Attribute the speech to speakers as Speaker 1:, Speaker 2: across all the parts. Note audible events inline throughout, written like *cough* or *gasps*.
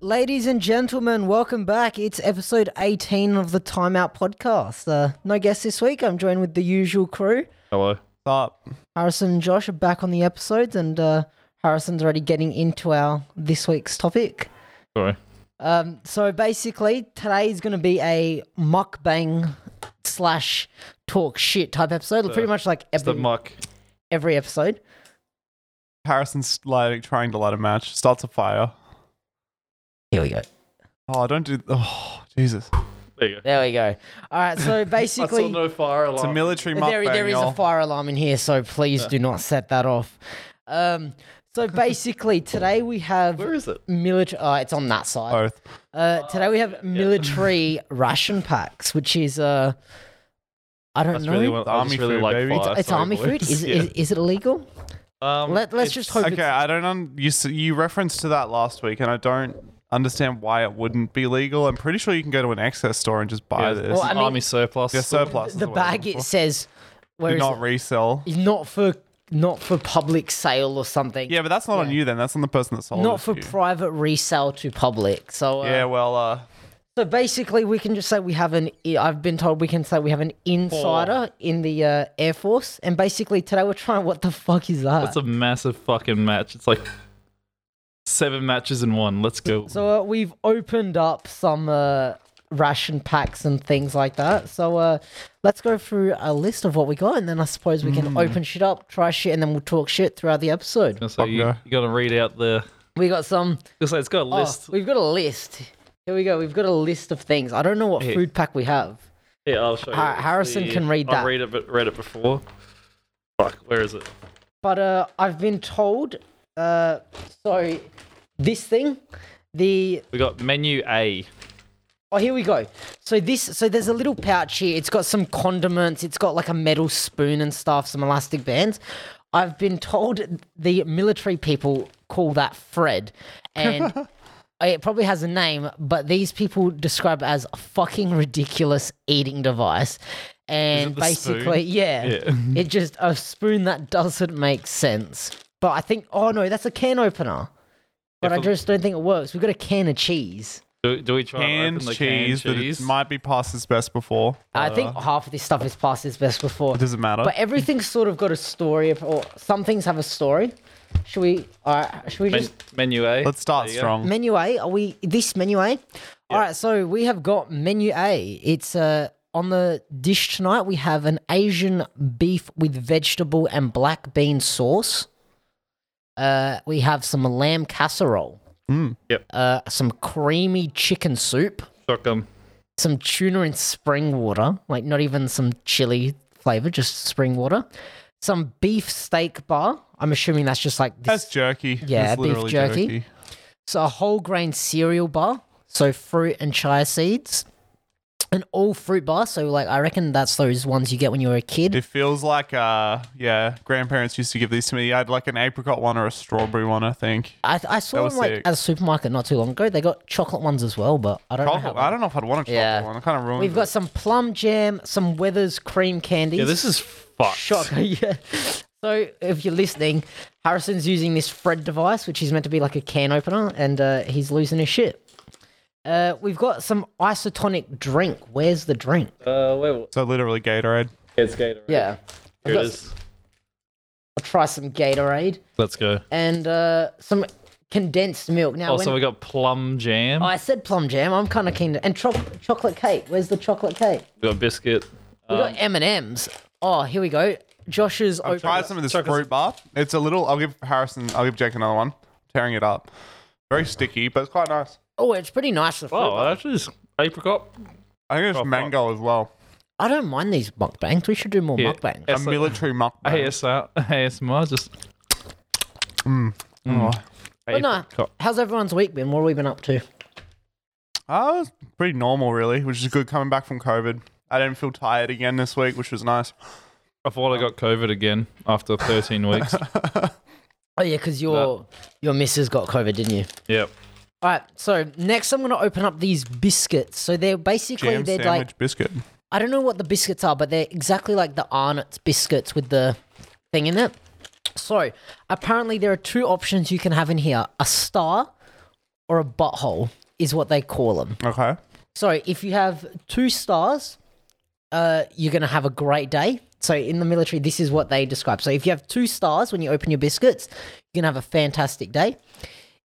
Speaker 1: Ladies and gentlemen, welcome back. It's episode 18 of the Timeout Podcast. Uh, no guests this week. I'm joined with the usual crew.
Speaker 2: Hello.
Speaker 3: Up.
Speaker 1: Harrison and Josh are back on the episodes, and uh, Harrison's already getting into our this week's topic.
Speaker 2: Sorry.
Speaker 1: Um, so basically, today is going to be a mukbang slash talk shit type episode. pretty much like
Speaker 2: It's the
Speaker 1: every,
Speaker 2: muck.
Speaker 1: every episode.
Speaker 3: Harrison's like trying to light a match. Starts a fire.
Speaker 1: Here we go.
Speaker 3: Oh, don't do. Oh, Jesus.
Speaker 2: There you go.
Speaker 1: There we go. All right. So basically,
Speaker 2: *laughs* I saw no fire alarm.
Speaker 3: It's a military mukbang,
Speaker 1: there, there is a
Speaker 3: y'all.
Speaker 1: fire alarm in here, so please do not set that off. Um,
Speaker 2: *laughs*
Speaker 1: so basically, today we have
Speaker 2: Where is Oh. it?
Speaker 1: military. Uh, it's on that side.
Speaker 3: Both.
Speaker 1: Uh, today we have
Speaker 2: *laughs*
Speaker 1: military ration packs, which is uh, I don't
Speaker 2: That's
Speaker 1: know.
Speaker 2: really what
Speaker 3: The
Speaker 2: I
Speaker 3: army
Speaker 2: just really
Speaker 3: food,
Speaker 2: like
Speaker 3: baby.
Speaker 2: fire.
Speaker 1: it's
Speaker 2: sorry,
Speaker 1: army
Speaker 2: boys.
Speaker 1: food.
Speaker 2: *laughs*
Speaker 1: Is,
Speaker 2: Yeah.
Speaker 1: is, is it illegal?
Speaker 2: Um,
Speaker 1: Let, let's just
Speaker 2: it's-
Speaker 1: hope.
Speaker 3: Okay, I don't. Un- you s- you referenced to that last week, and I don't understand why it wouldn't be legal. I'm pretty sure you can go to an excess store and just buy
Speaker 2: Yeah,
Speaker 3: this.
Speaker 2: it's
Speaker 1: I
Speaker 2: an
Speaker 1: mean-
Speaker 2: army surplus.
Speaker 3: Your surplus.
Speaker 1: it's,
Speaker 3: is
Speaker 1: the
Speaker 3: what I'm
Speaker 1: bag
Speaker 3: looking
Speaker 1: it
Speaker 3: for.
Speaker 1: says. Where
Speaker 3: Do
Speaker 1: is
Speaker 3: not
Speaker 1: it?
Speaker 3: resell.
Speaker 1: It's not for not for public sale or something.
Speaker 3: Yeah, but that's not on
Speaker 1: Yeah.
Speaker 3: you then. That's on the person that sold it.
Speaker 1: Not for
Speaker 3: to you.
Speaker 1: private resale to public. So uh,
Speaker 3: Yeah, well, uh,
Speaker 1: So basically, we can just say we have an. I've been told we can say we have an insider in the uh, Air Force, and basically today we're trying. What the fuck is that?
Speaker 2: That's a massive fucking match. It's like seven matches in one. Let's go.
Speaker 1: so uh, we've opened up some uh, ration packs and things like that. So uh, let's go through a list of what we got, and then I suppose we can open shit up, try shit, and then we'll talk shit throughout the episode.
Speaker 2: so you,
Speaker 3: Okay.
Speaker 2: you gotta read out the.
Speaker 1: We got some.
Speaker 2: It's like it's got a
Speaker 1: oh,
Speaker 2: list.
Speaker 1: we've got a list. Here we go. We've got a list of things. I don't know what
Speaker 2: Here.
Speaker 1: food pack we have.
Speaker 2: yeah, I'll show you.
Speaker 1: Ha-
Speaker 2: It's
Speaker 1: Harrison
Speaker 2: the-
Speaker 1: can read that.
Speaker 2: I read it, but read it before. Fuck. Where is it?
Speaker 1: but uh, I've been told. Uh, so this thing, the
Speaker 2: We got menu A.
Speaker 1: oh here we go. So this so there's a little pouch here. It's got some condiments. It's got like a metal spoon and stuff, some elastic bands. I've been told the military people call that Fred,
Speaker 2: *laughs*
Speaker 1: and it probably has a name, but these people describe it as a fucking ridiculous eating device. And
Speaker 2: the spoon?
Speaker 1: basically, yeah,
Speaker 2: Yeah.
Speaker 1: it just a spoon that doesn't make sense. But I think, oh no, that's a can opener. But I
Speaker 2: If a-
Speaker 1: just don't think it works. We've got a can of cheese.
Speaker 2: Do, do we try and
Speaker 3: canned
Speaker 2: open the
Speaker 3: cheese,
Speaker 2: canned
Speaker 3: that it
Speaker 2: cheese?
Speaker 3: might be past its best before.
Speaker 1: I
Speaker 3: Uh,
Speaker 1: think half of this stuff is past its best before.
Speaker 3: it doesn't matter.
Speaker 1: But everything's sort of got a story, of- or some things have a story. Should we? All right. Should we
Speaker 2: Men-
Speaker 1: just
Speaker 2: menu A.
Speaker 3: Let's start
Speaker 2: There you go.
Speaker 3: strong.
Speaker 1: Mm-hmm. menu A? Are we this menu A? All right. So we have got menu A. It's uh on the dish tonight. We have an Asian beef with vegetable and black bean sauce. Uh, we have some lamb casserole.
Speaker 3: Mm.
Speaker 2: Yep.
Speaker 1: Uh, some creamy chicken soup.
Speaker 2: Shotgun.
Speaker 1: some tuna in spring water, like not even some chili flavor, just spring water. Some beef steak bar. I'm assuming that's just like this.
Speaker 3: That's jerky.
Speaker 1: Yeah,
Speaker 3: It's
Speaker 1: beef
Speaker 3: literally
Speaker 1: jerky. So a whole grain cereal bar, so fruit and chia seeds, an all fruit bar. So like I reckon that's those ones you get when you were a kid.
Speaker 3: It feels like, uh, yeah, grandparents used to give these to me. I had like an apricot one or a strawberry one, I think.
Speaker 1: I, I saw
Speaker 3: That
Speaker 1: them
Speaker 3: was
Speaker 1: like
Speaker 3: sick.
Speaker 1: at a supermarket not too long ago. They got chocolate ones as well, but I don't know.
Speaker 3: Chocolate.
Speaker 1: How
Speaker 3: I don't know if I'd want a chocolate
Speaker 1: Yeah.
Speaker 3: one. I kind of ruined
Speaker 1: We've got
Speaker 3: it.
Speaker 1: some plum jam, some Weathers cream candies.
Speaker 2: Yeah, this is fucked.
Speaker 1: Shock, *laughs* yeah. So if you're listening, Harrison's using this Fred device, which is meant to be like a can opener, and uh, he's losing his shit. Uh, we've got some isotonic drink. Where's the drink?
Speaker 2: Uh, wait,
Speaker 3: So literally Gatorade.
Speaker 2: it's Gatorade.
Speaker 1: Yeah,
Speaker 2: Here it is.
Speaker 1: I'll try some Gatorade
Speaker 2: Let's go.
Speaker 1: and uh, some condensed milk. Now,
Speaker 2: Oh,
Speaker 1: when
Speaker 2: so we got plum jam.
Speaker 1: I said plum jam, I'm kind of keen to. And cho- chocolate cake. Where's the chocolate cake?
Speaker 2: We got biscuit.
Speaker 1: We
Speaker 2: Um,
Speaker 1: got M and M's. Oh, here we go. Josh's. open-
Speaker 3: Try some of this
Speaker 2: Chocolate-
Speaker 3: fruit bar. It's a little. I'll give Harrison. I'll give Jack another one. tearing it up. Very sticky, but it's quite nice.
Speaker 1: Oh, it's pretty nice. The fruit.
Speaker 2: Oh, that actually is apricot.
Speaker 3: I think it's
Speaker 2: Oh, fuck.
Speaker 3: mango as well.
Speaker 1: I don't mind these mukbangs. We should do more mukbangs.
Speaker 3: A military mukbang.
Speaker 2: ASR, ASMR, just
Speaker 3: Oh.
Speaker 1: But no,
Speaker 2: apricot.
Speaker 1: how's everyone's week been? What have we been up to?
Speaker 3: Oh, it's pretty normal, really, which is good coming back from COVID. I didn't feel tired again this week, which was nice.
Speaker 2: I thought I got COVID again after
Speaker 1: *laughs*
Speaker 2: 13 weeks.
Speaker 1: Oh yeah, because your your missus got COVID, didn't you?
Speaker 2: yep.
Speaker 1: All right, so next I'm going to open up these biscuits. So they're basically
Speaker 3: Jam
Speaker 1: they're
Speaker 3: sandwich
Speaker 1: like
Speaker 3: biscuit.
Speaker 1: I don't know what the biscuits are, but they're exactly like the Arnott's biscuits with the thing in it. So apparently there are two options you can have in here: a star or a butthole is what they call them.
Speaker 3: Okay.
Speaker 1: So if you have two stars, uh, you're gonna have a great day. So in the military, this is what they describe. So if you have two stars when you open your biscuits, you're gonna have a fantastic day.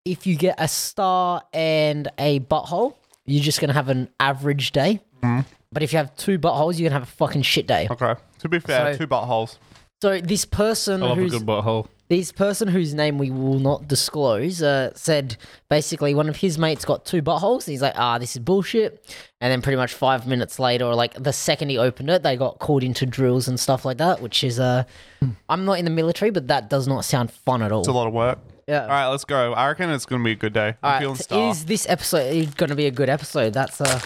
Speaker 1: If you get a star and a butthole, you're just gonna have an average day.
Speaker 2: Mm-hmm.
Speaker 1: But if you have two buttholes, you're gonna have a fucking shit day.
Speaker 2: Oh.
Speaker 3: Okay. To be fair,
Speaker 1: So-
Speaker 3: two buttholes.
Speaker 1: So this person
Speaker 2: I love
Speaker 1: who's
Speaker 2: a good butthole.
Speaker 1: this person whose name we will not disclose uh, said basically one of his mates got two buttholes. And he's like, ah, this is bullshit. And then pretty much five minutes later, or like the second he opened it, they got called into drills and stuff like that, which is, uh, I'm not in the military, but that does not sound fun at all.
Speaker 3: Hmm. It's a lot of work.
Speaker 1: Yeah.
Speaker 3: All right, let's go. I reckon it's going to be a good day. I'm
Speaker 1: All
Speaker 3: feeling
Speaker 1: right,
Speaker 3: star.
Speaker 1: Is this episode going to be a good episode? That's uh,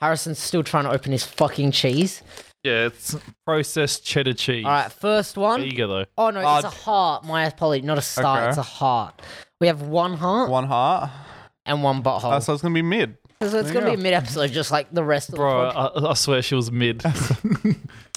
Speaker 1: Harrison's still trying to open his fucking cheese.
Speaker 2: Yeah, it's processed cheddar cheese.
Speaker 1: All right, first
Speaker 2: There
Speaker 1: one.
Speaker 2: you go though.
Speaker 1: Oh no, it's
Speaker 3: Uh,
Speaker 1: a heart. My apologies, not a star.
Speaker 3: Okay.
Speaker 1: It's a heart. We have one heart
Speaker 3: One heart.
Speaker 1: and one butthole.
Speaker 3: Uh, so it's going to be mid.
Speaker 1: So it's
Speaker 3: There you
Speaker 1: gonna be a
Speaker 3: go.
Speaker 1: mid episode, just like the rest of
Speaker 2: Bro,
Speaker 1: the podcast.
Speaker 2: I, I swear she
Speaker 1: *laughs*
Speaker 2: was mid.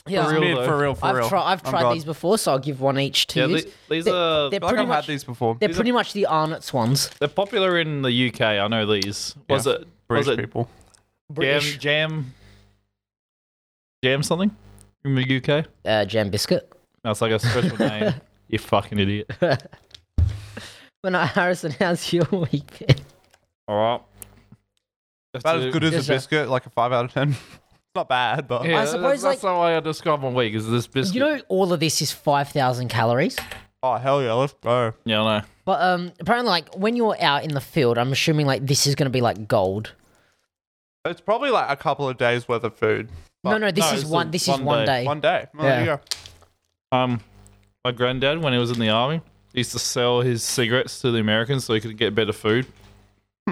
Speaker 1: Yeah,
Speaker 2: real.
Speaker 3: mid Oh,
Speaker 2: though.
Speaker 3: for real, for
Speaker 1: I've,
Speaker 3: real.
Speaker 1: tri- I've
Speaker 3: I'm
Speaker 1: tried
Speaker 3: gone.
Speaker 1: these before, so I'll give one each to
Speaker 2: yeah,
Speaker 1: you.
Speaker 2: the- these
Speaker 1: They- they're
Speaker 2: are they're,
Speaker 3: I feel
Speaker 1: pretty
Speaker 3: like I've
Speaker 1: much-
Speaker 3: had these before.
Speaker 1: They're
Speaker 3: These are
Speaker 1: pretty much the Arnott's ones.
Speaker 2: popular in the UK. I know these. Was
Speaker 3: Yeah.
Speaker 2: it
Speaker 3: British
Speaker 2: was it
Speaker 3: people.
Speaker 2: jam
Speaker 1: British
Speaker 2: jam jam something in the UK?
Speaker 1: uh, jam biscuit.
Speaker 2: That's like
Speaker 1: *laughs*
Speaker 2: a special name. You fucking idiot.
Speaker 1: When I *laughs* Harrison, how's your week? been?
Speaker 2: All right. That's
Speaker 3: About as good as
Speaker 1: Yes,
Speaker 3: a
Speaker 1: sir.
Speaker 3: biscuit, like a 5 out of 10. It's *laughs* not bad, but.
Speaker 2: Yeah,
Speaker 1: I suppose,
Speaker 2: that's, that's how I describe my week. Is this biscuit?
Speaker 1: you know, all of this is five thousand calories.
Speaker 3: Oh, hell yeah, let's go.
Speaker 2: yeah, I know.
Speaker 1: But um, apparently, like when you're out in the field, I'm assuming like this is gonna be like gold.
Speaker 3: It's probably like a couple of days worth of food.
Speaker 1: no, no, this
Speaker 2: no,
Speaker 1: is
Speaker 2: it's
Speaker 1: one.
Speaker 2: a
Speaker 1: This is
Speaker 2: one
Speaker 1: one
Speaker 2: day.
Speaker 1: day.
Speaker 3: One day. Well,
Speaker 1: Yeah.
Speaker 3: There you go.
Speaker 2: Um, my granddad, when he was in the army, used to sell his cigarettes to the Americans so he could get better food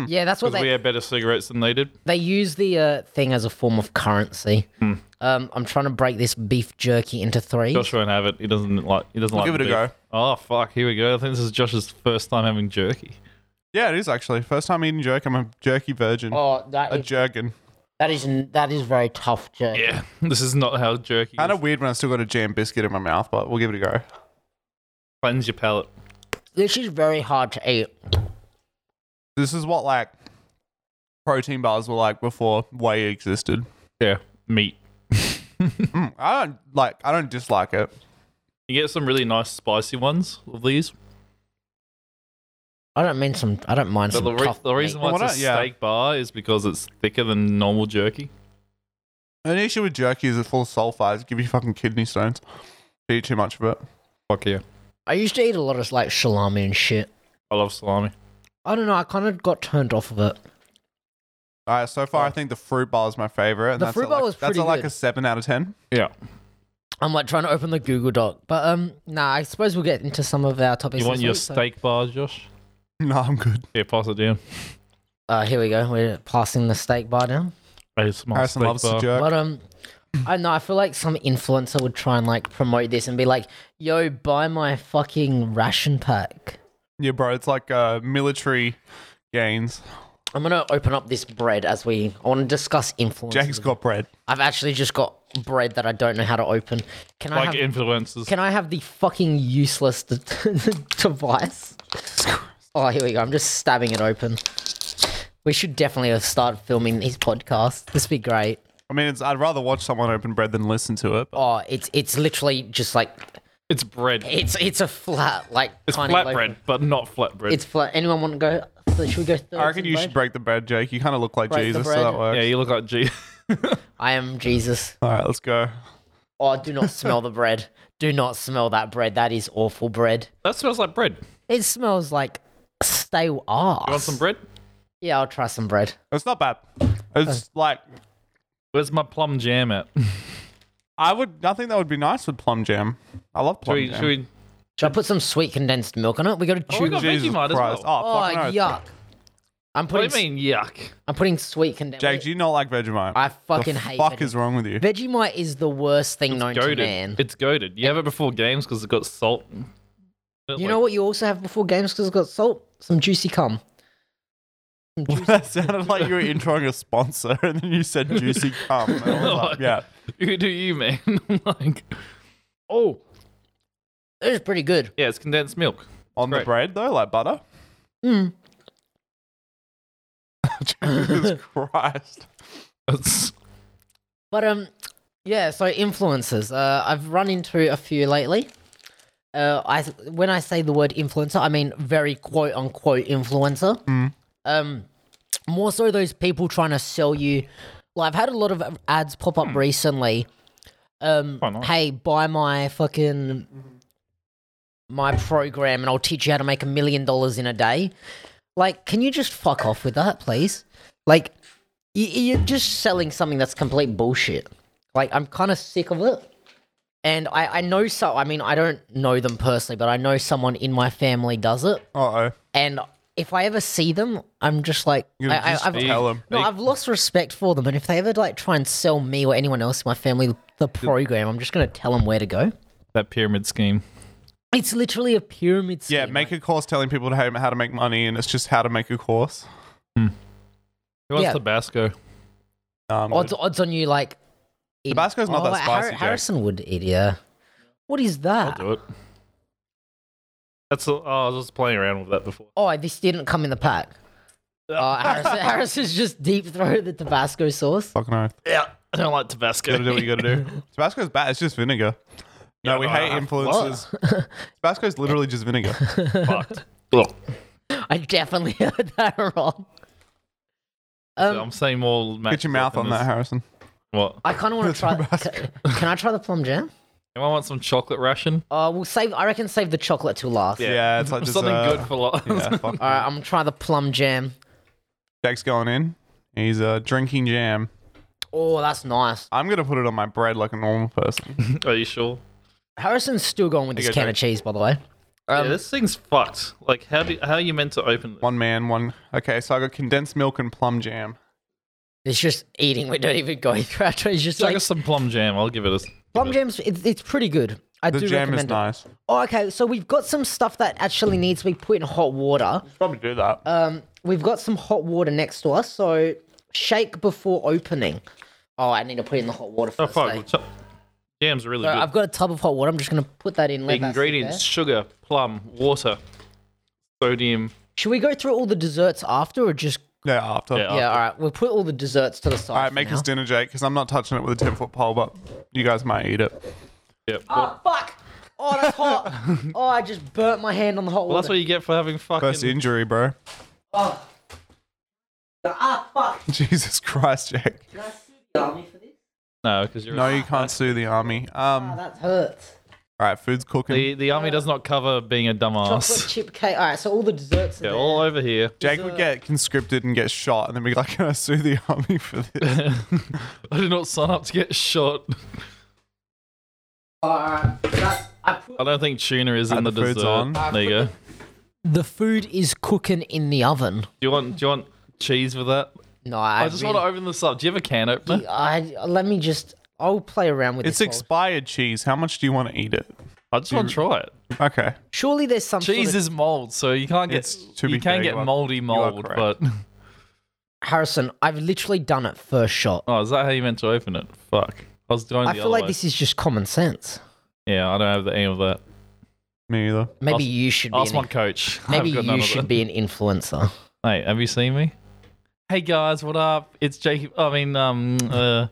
Speaker 1: Yeah, that's what
Speaker 2: because
Speaker 1: they
Speaker 2: we had better cigarettes than they did.
Speaker 1: they use the uh, thing as a form of currency. Um, I'm trying to break this beef jerky into three.
Speaker 2: Josh won't have it. He doesn't like. He doesn't
Speaker 3: We'll
Speaker 2: like.
Speaker 3: give it a
Speaker 2: beef. Oh fuck! Here we go. I think this is Josh's first time having jerky.
Speaker 3: Yeah, it is actually. First time eating jerk. I'm a jerky virgin.
Speaker 1: Oh, that
Speaker 3: a
Speaker 1: is,
Speaker 3: jerkin.
Speaker 1: that is that is very tough jerky.
Speaker 2: Yeah, this is not how jerky.
Speaker 3: Kind
Speaker 2: is.
Speaker 3: of weird when I still got a jam biscuit in my mouth, but we'll give it a go.
Speaker 2: cleanse your palate.
Speaker 1: This is very hard to eat.
Speaker 3: This is what like protein bars were like before whey existed.
Speaker 2: Yeah, meat. you
Speaker 3: Mm, I don't like. I don't dislike it.
Speaker 2: get some really nice spicy ones of these. I
Speaker 1: I don't mean some. I don't mind
Speaker 2: But
Speaker 1: some
Speaker 2: the, re-
Speaker 1: tough
Speaker 2: the reason
Speaker 1: meat.
Speaker 2: why
Speaker 3: Well,
Speaker 2: it's a
Speaker 3: why not? Yeah.
Speaker 2: steak bar is because it's thicker than normal jerky.
Speaker 3: An issue with jerky is it's full of sulfides. Give you fucking kidney stones. If you Eat too much of it.
Speaker 2: Fuck yeah,
Speaker 1: I used to eat a lot of like salami and shit.
Speaker 2: I love salami.
Speaker 1: I don't know. I kind of got turned off of it.
Speaker 3: All right. So far, I think the fruit bar is my favorite. And
Speaker 1: The
Speaker 3: that's
Speaker 1: fruit
Speaker 3: at,
Speaker 1: bar
Speaker 3: like,
Speaker 1: was
Speaker 3: That's
Speaker 1: pretty
Speaker 3: at, like
Speaker 1: good.
Speaker 3: a seven out of ten. *laughs*
Speaker 2: Yeah,
Speaker 1: I'm like trying to open the Google Doc, but um, nah. I suppose we'll get into some of our topics.
Speaker 2: you want
Speaker 1: this
Speaker 2: your
Speaker 1: week, so-
Speaker 2: steak bar, Josh?
Speaker 3: No, I'm good.
Speaker 2: Yeah, pass it down.
Speaker 1: Uh, here we go. We're passing the steak bar down.
Speaker 2: I just my
Speaker 3: Harrison
Speaker 2: steak
Speaker 3: loves to
Speaker 2: bar.
Speaker 3: jerk.
Speaker 1: But um, I know. I feel like some influencer would try and like promote this and be like, "Yo, buy my fucking ration pack."
Speaker 3: Yeah, bro. It's like uh, military gains.
Speaker 1: I'm gonna open up this bread as we. I want to discuss influence.
Speaker 3: Jake's got bread.
Speaker 1: I've actually just got bread that I don't know how to open. Can I
Speaker 2: Like
Speaker 1: have,
Speaker 2: influencers.
Speaker 1: can I have the fucking useless d- *laughs* device? Oh, here we go. I'm just stabbing it open. We should definitely have started filming these podcasts. This would be great.
Speaker 3: I mean, it's, I'd rather watch someone open bread than listen to it. But
Speaker 1: Oh, it's it's literally just like
Speaker 2: it's bread.
Speaker 1: it's it's a flat like
Speaker 2: It's
Speaker 1: tiny loaf.
Speaker 2: flatbread, but not flatbread.
Speaker 1: It's flat. Anyone want to go? Should we go? Thirds
Speaker 3: I reckon
Speaker 1: in
Speaker 3: you
Speaker 1: bread?
Speaker 3: should break the bread, Jake. You kind of look like
Speaker 1: Break the
Speaker 3: Jesus, so
Speaker 1: bread.
Speaker 3: that works.
Speaker 2: yeah, you look like G. *laughs*
Speaker 1: I am Jesus.
Speaker 3: All right, let's go.
Speaker 1: Oh, do not smell the bread. Do not smell that bread. That is awful bread.
Speaker 2: that smells like bread. You
Speaker 1: It smells like stale ass.
Speaker 2: want some bread?
Speaker 1: Yeah, I'll try some bread.
Speaker 3: It's not bad. It's like
Speaker 2: Where's my plum jam at?
Speaker 3: I would. I think that would be nice with plum jam. I love
Speaker 2: Should
Speaker 3: plum
Speaker 2: we,
Speaker 3: jam.
Speaker 2: should we?
Speaker 1: Should I put some sweet condensed milk on it? We got to
Speaker 2: Oh, we
Speaker 1: chew.
Speaker 2: got-
Speaker 3: Jesus
Speaker 2: Vegemite as
Speaker 3: Christ!
Speaker 2: well.
Speaker 3: Oh,
Speaker 1: Oh,
Speaker 3: fuck no.
Speaker 1: yuck! I'm
Speaker 2: What
Speaker 1: putting.
Speaker 2: do you mean, yuck?
Speaker 1: I'm putting sweet condensed.
Speaker 3: Jake, do you not like Vegemite?
Speaker 1: I fucking
Speaker 3: the
Speaker 1: hate.
Speaker 3: Fuck
Speaker 1: Vegemite.
Speaker 3: is wrong with you?
Speaker 1: Vegemite is the worst thing known
Speaker 2: Goaded.
Speaker 1: to man.
Speaker 2: It's goaded. You have it before games because it's got salt.
Speaker 1: You know what you also have before games because it's got salt, some juicy cum. some juice.
Speaker 3: *laughs* That sounded like you were introing a sponsor, *laughs* and then you
Speaker 1: *laughs*
Speaker 3: said juicy cum. And I was
Speaker 2: *laughs*
Speaker 3: like, yeah,
Speaker 2: You do you, man. *laughs* I'm like,
Speaker 1: oh, it was pretty good.
Speaker 2: yeah, it's condensed milk.
Speaker 3: on the
Speaker 2: Right.
Speaker 3: bread though, like butter.
Speaker 1: Mm.
Speaker 3: *laughs* Jesus
Speaker 1: *laughs*
Speaker 3: Christ!
Speaker 2: It's,
Speaker 1: But um, yeah. So influencers. Uh, I've run into a few lately. Uh, I when I say the word influencer, I mean very quote unquote influencer.
Speaker 2: Mm.
Speaker 1: Um, more so those people trying to sell you. Well, I've had a lot of ads pop up recently. Um,
Speaker 2: Hmm. Quite nice.
Speaker 1: hey, buy my fucking my program, and I'll teach you how to make a million dollars in a day. Like, can you just fuck off with that, please? Like, you, you're just selling something that's complete bullshit. Like, I'm kind of sick of it. And I, I know so. I mean, I don't know them personally, but I know someone in my family does it.
Speaker 3: Uh oh.
Speaker 1: And if I ever see them, I'm just like,
Speaker 3: You're
Speaker 1: I,
Speaker 3: just
Speaker 1: I, I've,
Speaker 3: tell 'em.
Speaker 1: No,
Speaker 2: Big-
Speaker 1: I've lost respect for them. And if they ever like try and sell me or anyone else in my family the program, I'm just gonna tell them where to go.
Speaker 2: that pyramid scheme.
Speaker 1: It's literally a pyramid scheme.
Speaker 3: Yeah, make a course telling people to how, how to make money, and it's just how to make a course.
Speaker 2: Who wants
Speaker 1: Yeah.
Speaker 2: Tabasco?
Speaker 3: Um,
Speaker 1: odds, odds on you like. eating-
Speaker 3: Tabasco's not that
Speaker 1: Har-
Speaker 3: spicy, Jake.
Speaker 1: Harrison would eat. Yeah. What is that?
Speaker 2: Do it. That's. Oh, I was just playing around with that before.
Speaker 1: Oh, this didn't come in the pack. Oh, Harrison, *laughs* Harrison's just deep throat the Tabasco sauce.
Speaker 3: fucking oath.
Speaker 2: Yeah, I don't like
Speaker 3: You
Speaker 2: Tabasco.
Speaker 3: gotta do what you gotta do. Tabasco's bad. It's just vinegar. No, we
Speaker 2: uh,
Speaker 3: hate influences. *laughs* Tabasco's literally just vinegar.
Speaker 1: *laughs*
Speaker 2: Fucked.
Speaker 1: I definitely *laughs* heard that wrong. Um,
Speaker 2: So I'm saying more.
Speaker 3: Get your mouth on that, Harrison.
Speaker 2: What?
Speaker 1: I kind of
Speaker 3: *laughs*
Speaker 1: want to try.
Speaker 3: Tabasco.
Speaker 1: ca- Can I try the plum jam?
Speaker 2: Anyone want some chocolate ration?
Speaker 1: Uh, we'll save. I reckon save the chocolate till last.
Speaker 3: Yeah, it's like
Speaker 2: something
Speaker 3: dessert.
Speaker 2: good for lot.
Speaker 3: *laughs* Yeah, fuck.
Speaker 1: All right, I'm gonna try the plum jam.
Speaker 3: Jack's going in. He's uh, drinking jam.
Speaker 1: Oh, that's nice.
Speaker 3: I'm gonna put it on my bread like a normal person.
Speaker 2: *laughs* Are you sure?
Speaker 1: Harrison's still going with
Speaker 3: Here
Speaker 1: this
Speaker 3: you go,
Speaker 1: can of cheese, by the way. Um,
Speaker 2: yeah, this thing's fucked. Like, how do how are you meant to open? This?
Speaker 3: One man, one. Okay, so I got condensed milk and plum jam.
Speaker 1: It's just eating. We don't even go through. Our it's just
Speaker 2: Chuck
Speaker 1: like
Speaker 2: us some plum jam. I'll give it a.
Speaker 1: plum jam's. It, it's pretty good. I
Speaker 3: The
Speaker 1: do
Speaker 3: jam is
Speaker 1: recommend it.
Speaker 3: nice.
Speaker 1: Oh, okay. So we've got some stuff that actually needs to be put in hot water.
Speaker 3: Probably do that.
Speaker 1: Um, we've got some hot water next to us. So shake before opening. Oh, I need to put it in the hot water
Speaker 2: Oh
Speaker 1: first.
Speaker 2: fuck!
Speaker 1: eh?
Speaker 2: well, Chuck- Jam's really
Speaker 1: So
Speaker 2: good.
Speaker 1: I've got a tub of hot water. I'm just gonna put that in. Let that sit
Speaker 2: Ingredients:
Speaker 1: there.
Speaker 2: sugar, plum, water, sodium.
Speaker 1: Should we go through all the desserts after, or just
Speaker 3: Yeah, after.
Speaker 2: Yeah.
Speaker 1: yeah? All right, we'll put all the desserts to the side.
Speaker 3: All right, make us dinner, Jake, because I'm not touching it with a ten foot pole, but you guys might eat it.
Speaker 2: Yep.
Speaker 1: Oh fuck! Oh, that's
Speaker 2: *laughs*
Speaker 1: hot. oh, I just burnt my hand on the hot
Speaker 2: well, that's
Speaker 1: water.
Speaker 2: what you get for having fucking.
Speaker 3: First injury, bro. *laughs*
Speaker 1: Oh. Ah fuck!
Speaker 3: Jesus Christ, Jake.
Speaker 1: Can I sue the army for this?
Speaker 2: No, because you're.
Speaker 3: No, you can't sue the army.
Speaker 1: Ah,
Speaker 3: Um,
Speaker 1: that hurts.
Speaker 3: all right, food's cooking.
Speaker 2: The the army does not cover being a
Speaker 1: Chocolate
Speaker 2: dumbass.
Speaker 1: chip cake. All right, so all the desserts. Are
Speaker 2: *laughs* Yeah,
Speaker 1: there.
Speaker 2: all over here.
Speaker 3: Jake would get conscripted and get shot, and then be like, *laughs* "Can I sue the army for this?"
Speaker 2: *laughs* I did not sign up to get shot.
Speaker 1: Oh, all right. That's, I put-
Speaker 2: I don't think tuna is in
Speaker 3: And
Speaker 2: the,
Speaker 3: the food's
Speaker 2: dessert.
Speaker 3: on.
Speaker 2: There you go. Do
Speaker 1: the food is cooking in the oven.
Speaker 2: you want do you want cheese with that?
Speaker 1: No, I,
Speaker 2: I just
Speaker 1: really-
Speaker 2: want to open Oh, this up. Do you have a can opener?
Speaker 1: I let me just. I'll play around with
Speaker 3: It's
Speaker 1: this. while-
Speaker 3: expired cheese. How much do you want to eat it?
Speaker 2: I just want to try it.
Speaker 3: Okay.
Speaker 1: Surely there's some sort
Speaker 2: Cheese
Speaker 1: of-
Speaker 2: is mold, so you can't get
Speaker 3: It's to
Speaker 2: you
Speaker 3: be
Speaker 2: can
Speaker 3: fair,
Speaker 2: get
Speaker 3: you are-
Speaker 2: moldy
Speaker 3: you are
Speaker 2: mold, but
Speaker 3: correct.
Speaker 1: Harrison, I've literally done it first shot.
Speaker 2: oh, is that how you meant to open it? Fuck, I was doing the
Speaker 1: I
Speaker 2: other
Speaker 1: feel like
Speaker 2: way.
Speaker 1: this is just common sense.
Speaker 2: Yeah, I don't have the aim of that.
Speaker 3: Me either.
Speaker 1: Maybe
Speaker 2: Ask-
Speaker 1: you should be.
Speaker 2: Ask
Speaker 1: An, *laughs*
Speaker 2: my coach. I
Speaker 1: maybe
Speaker 2: haven't got none
Speaker 1: you
Speaker 2: of
Speaker 1: should
Speaker 2: that.
Speaker 1: be an
Speaker 2: *laughs*
Speaker 1: influencer.
Speaker 2: Mate, have you seen me? Hey guys, what up? It's Jake. I mean, um, uh,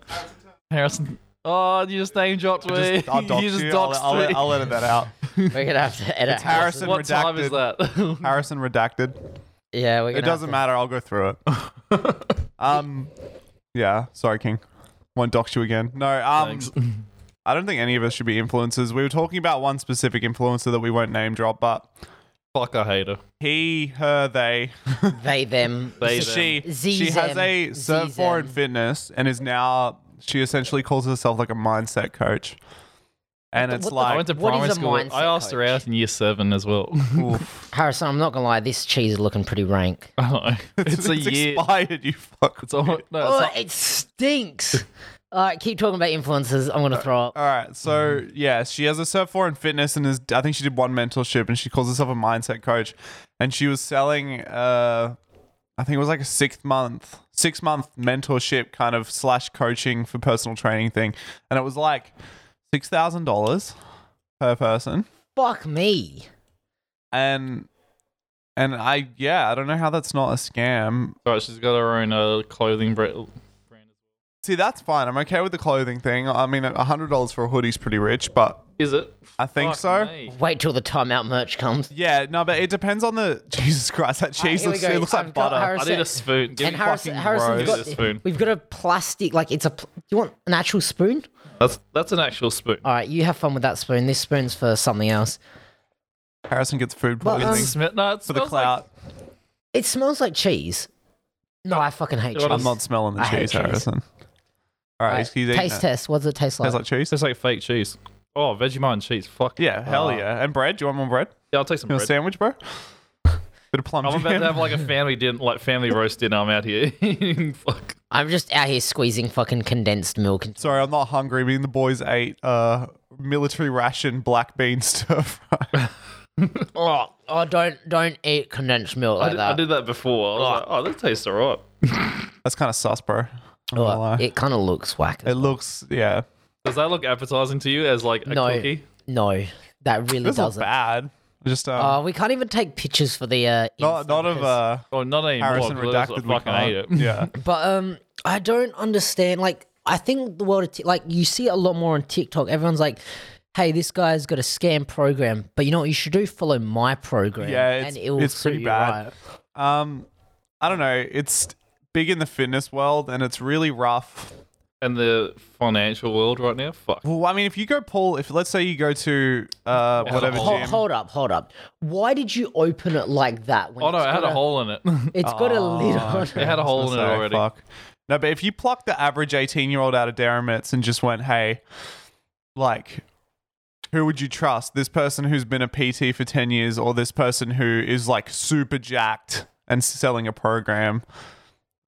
Speaker 2: Harrison. Oh, you just name dropped me.
Speaker 3: Just, I'll dox
Speaker 2: *laughs* you just
Speaker 3: you.
Speaker 2: doxed
Speaker 3: I'll, I'll,
Speaker 2: me.
Speaker 3: I'll,
Speaker 2: *laughs*
Speaker 3: I'll edit that out.
Speaker 1: *laughs* We're gonna have to edit. Harrison. Um,
Speaker 3: Harrison
Speaker 2: what
Speaker 3: redacted.
Speaker 2: time is that? *laughs*
Speaker 3: Harrison redacted.
Speaker 1: Yeah, we're gonna.
Speaker 3: It doesn't matter. I'll go through it. um, yeah. Sorry, King. Won't dox you again. No. Um,
Speaker 2: Thanks.
Speaker 3: I don't think any of us should be influencers. We were talking about one specific influencer that we won't name drop, but
Speaker 2: Fuck, I hate her.
Speaker 3: he, her, they.
Speaker 1: They them.
Speaker 2: *laughs* They, them.
Speaker 3: she
Speaker 1: Zee
Speaker 3: she has
Speaker 1: Zem.
Speaker 3: a
Speaker 1: Zee
Speaker 3: serve for in
Speaker 1: Zem.
Speaker 3: fitness and is now she essentially calls herself like a mindset coach. And it's
Speaker 1: what the-
Speaker 2: I
Speaker 3: like *laughs*
Speaker 2: went to
Speaker 1: What is
Speaker 2: primary
Speaker 1: a
Speaker 2: school.
Speaker 1: mindset
Speaker 2: I asked her
Speaker 1: coach?
Speaker 2: out in year seven as well. *laughs*
Speaker 3: oof,
Speaker 1: Harrison, I'm not gonna lie. This cheese is looking pretty rank.
Speaker 2: I
Speaker 1: *laughs*
Speaker 2: know. It's, a year.
Speaker 3: expired, you fuck.
Speaker 2: It's all, no, it's
Speaker 1: Oh,
Speaker 2: not-
Speaker 1: it
Speaker 2: *laughs*
Speaker 1: stinks. All right, keep talking about influencers. I'm
Speaker 2: Uh,
Speaker 1: gonna throw up.
Speaker 3: All right, so
Speaker 2: Mm-hmm.
Speaker 3: yeah, she has a serve for in fitness, and is I think she did one mentorship, and she calls herself a mindset coach, and she was selling uh I think it was like a six month, six month mentorship kind of slash coaching for personal training thing, and it was like six thousand dollars per person,
Speaker 1: Fuck me.
Speaker 3: and and I yeah I don't know how that's not a scam.
Speaker 2: Sorry, she's got her own uh, clothing brand.
Speaker 3: See that's fine. I'm okay with the clothing thing. I mean, hundred dollars for a hoodie's pretty rich, but
Speaker 2: Is it?
Speaker 3: I think
Speaker 2: Fuck
Speaker 3: so.
Speaker 2: me.
Speaker 1: Wait till the timeout merch comes.
Speaker 3: Yeah, no, but it depends on the *laughs* Jesus Christ. That cheese
Speaker 1: here we
Speaker 3: looks,
Speaker 1: go.
Speaker 3: it looks
Speaker 1: I've
Speaker 3: like
Speaker 1: got
Speaker 3: butter.
Speaker 1: Harris-
Speaker 2: I need a spoon. Give
Speaker 1: and
Speaker 2: me
Speaker 1: Harrison,
Speaker 2: fucking
Speaker 1: Harrison's
Speaker 2: Rose
Speaker 1: got
Speaker 2: a spoon.
Speaker 1: We've got a plastic, like it's a. Pl- Do you want an actual spoon?
Speaker 2: That's that's an actual spoon.
Speaker 1: All right, you have fun with that spoon. This spoon's for something else.
Speaker 3: Harrison gets food
Speaker 1: But, um,
Speaker 3: poisoning
Speaker 2: Sm- no, it's
Speaker 3: for the clout.
Speaker 1: It smells like cheese. No, I fucking hate
Speaker 2: Well,
Speaker 1: cheese.
Speaker 3: I'm not smelling the
Speaker 1: I hate
Speaker 3: cheese,
Speaker 1: cheese.
Speaker 3: Harrison. All right,
Speaker 1: All right,
Speaker 3: he's, he's eating
Speaker 1: taste
Speaker 3: it.
Speaker 1: test. What does it taste like?
Speaker 3: Tastes like cheese.
Speaker 2: It's like fake cheese. Oh, Vegemite and cheese. Fuck
Speaker 3: Yeah, hell
Speaker 2: Uh,
Speaker 3: yeah. And bread? Do you want more bread?
Speaker 2: Yeah, I'll take some
Speaker 3: You want
Speaker 2: bread.
Speaker 3: a sandwich, bro? *laughs* Bit of plum
Speaker 2: I'm about
Speaker 3: jam.
Speaker 2: to have like a family dinner, like family roast dinner. I'm out here. *laughs* Fuck.
Speaker 1: I'm just out here squeezing fucking condensed milk. And-
Speaker 3: Sorry, I'm not hungry. Me and the boys ate uh, military ration black bean *laughs* stir fry.
Speaker 1: oh, oh, don't don't eat condensed milk
Speaker 2: I
Speaker 1: like
Speaker 2: did,
Speaker 1: that.
Speaker 2: I did that before. I was like, oh, that tastes alright.
Speaker 3: That's kind of sus, bro. I'm not gonna
Speaker 1: Oh,
Speaker 3: lie. It,
Speaker 1: it kind of looks whack.
Speaker 3: looks, yeah.
Speaker 2: Does that look appetizing to you as like a
Speaker 1: No.
Speaker 2: cookie?
Speaker 1: no, that really
Speaker 3: It's not
Speaker 1: doesn't.
Speaker 3: bad. Just um,
Speaker 1: Oh, we can't even take pictures for the uh,
Speaker 3: not,
Speaker 1: Insta
Speaker 3: not of
Speaker 1: because-
Speaker 3: uh,
Speaker 2: Oh, not anymore.
Speaker 3: Harrison
Speaker 2: because I just
Speaker 3: redacted. we
Speaker 2: Fucking ate it. *laughs*
Speaker 3: can't. Yeah.
Speaker 1: But um, I don't understand. Like, I think the world of Tik- like you see it a lot more on TikTok. Everyone's like, "Hey, this guy's got a scam program," but you know what you should do? Follow my program.
Speaker 3: Yeah, it's-
Speaker 1: and it will
Speaker 3: it's
Speaker 1: suit
Speaker 3: pretty
Speaker 1: you
Speaker 3: bad.
Speaker 1: right.
Speaker 3: Um, I don't know. It's big in the fitness world, and it's really rough.
Speaker 2: And the financial world right now. Fuck.
Speaker 3: Well, I mean, if you go pull, if let's say you go to uh, whatever
Speaker 2: Hold-
Speaker 1: Hold,
Speaker 3: gym,
Speaker 1: hold up, hold up. Why did you open it like that? When
Speaker 2: Oh no,
Speaker 1: it's
Speaker 2: it had
Speaker 1: got
Speaker 2: a hole in it. *laughs*
Speaker 1: It's got
Speaker 3: Oh,
Speaker 1: a lid on it.
Speaker 2: It had a hole in it
Speaker 3: Sorry,
Speaker 2: already.
Speaker 3: fuck. No, but if you plucked the average eighteen-year-old out of Daramitz and just went, "Hey, like, who would you trust? This person who's been a PT for ten years, or this person who is like super jacked and selling a program?"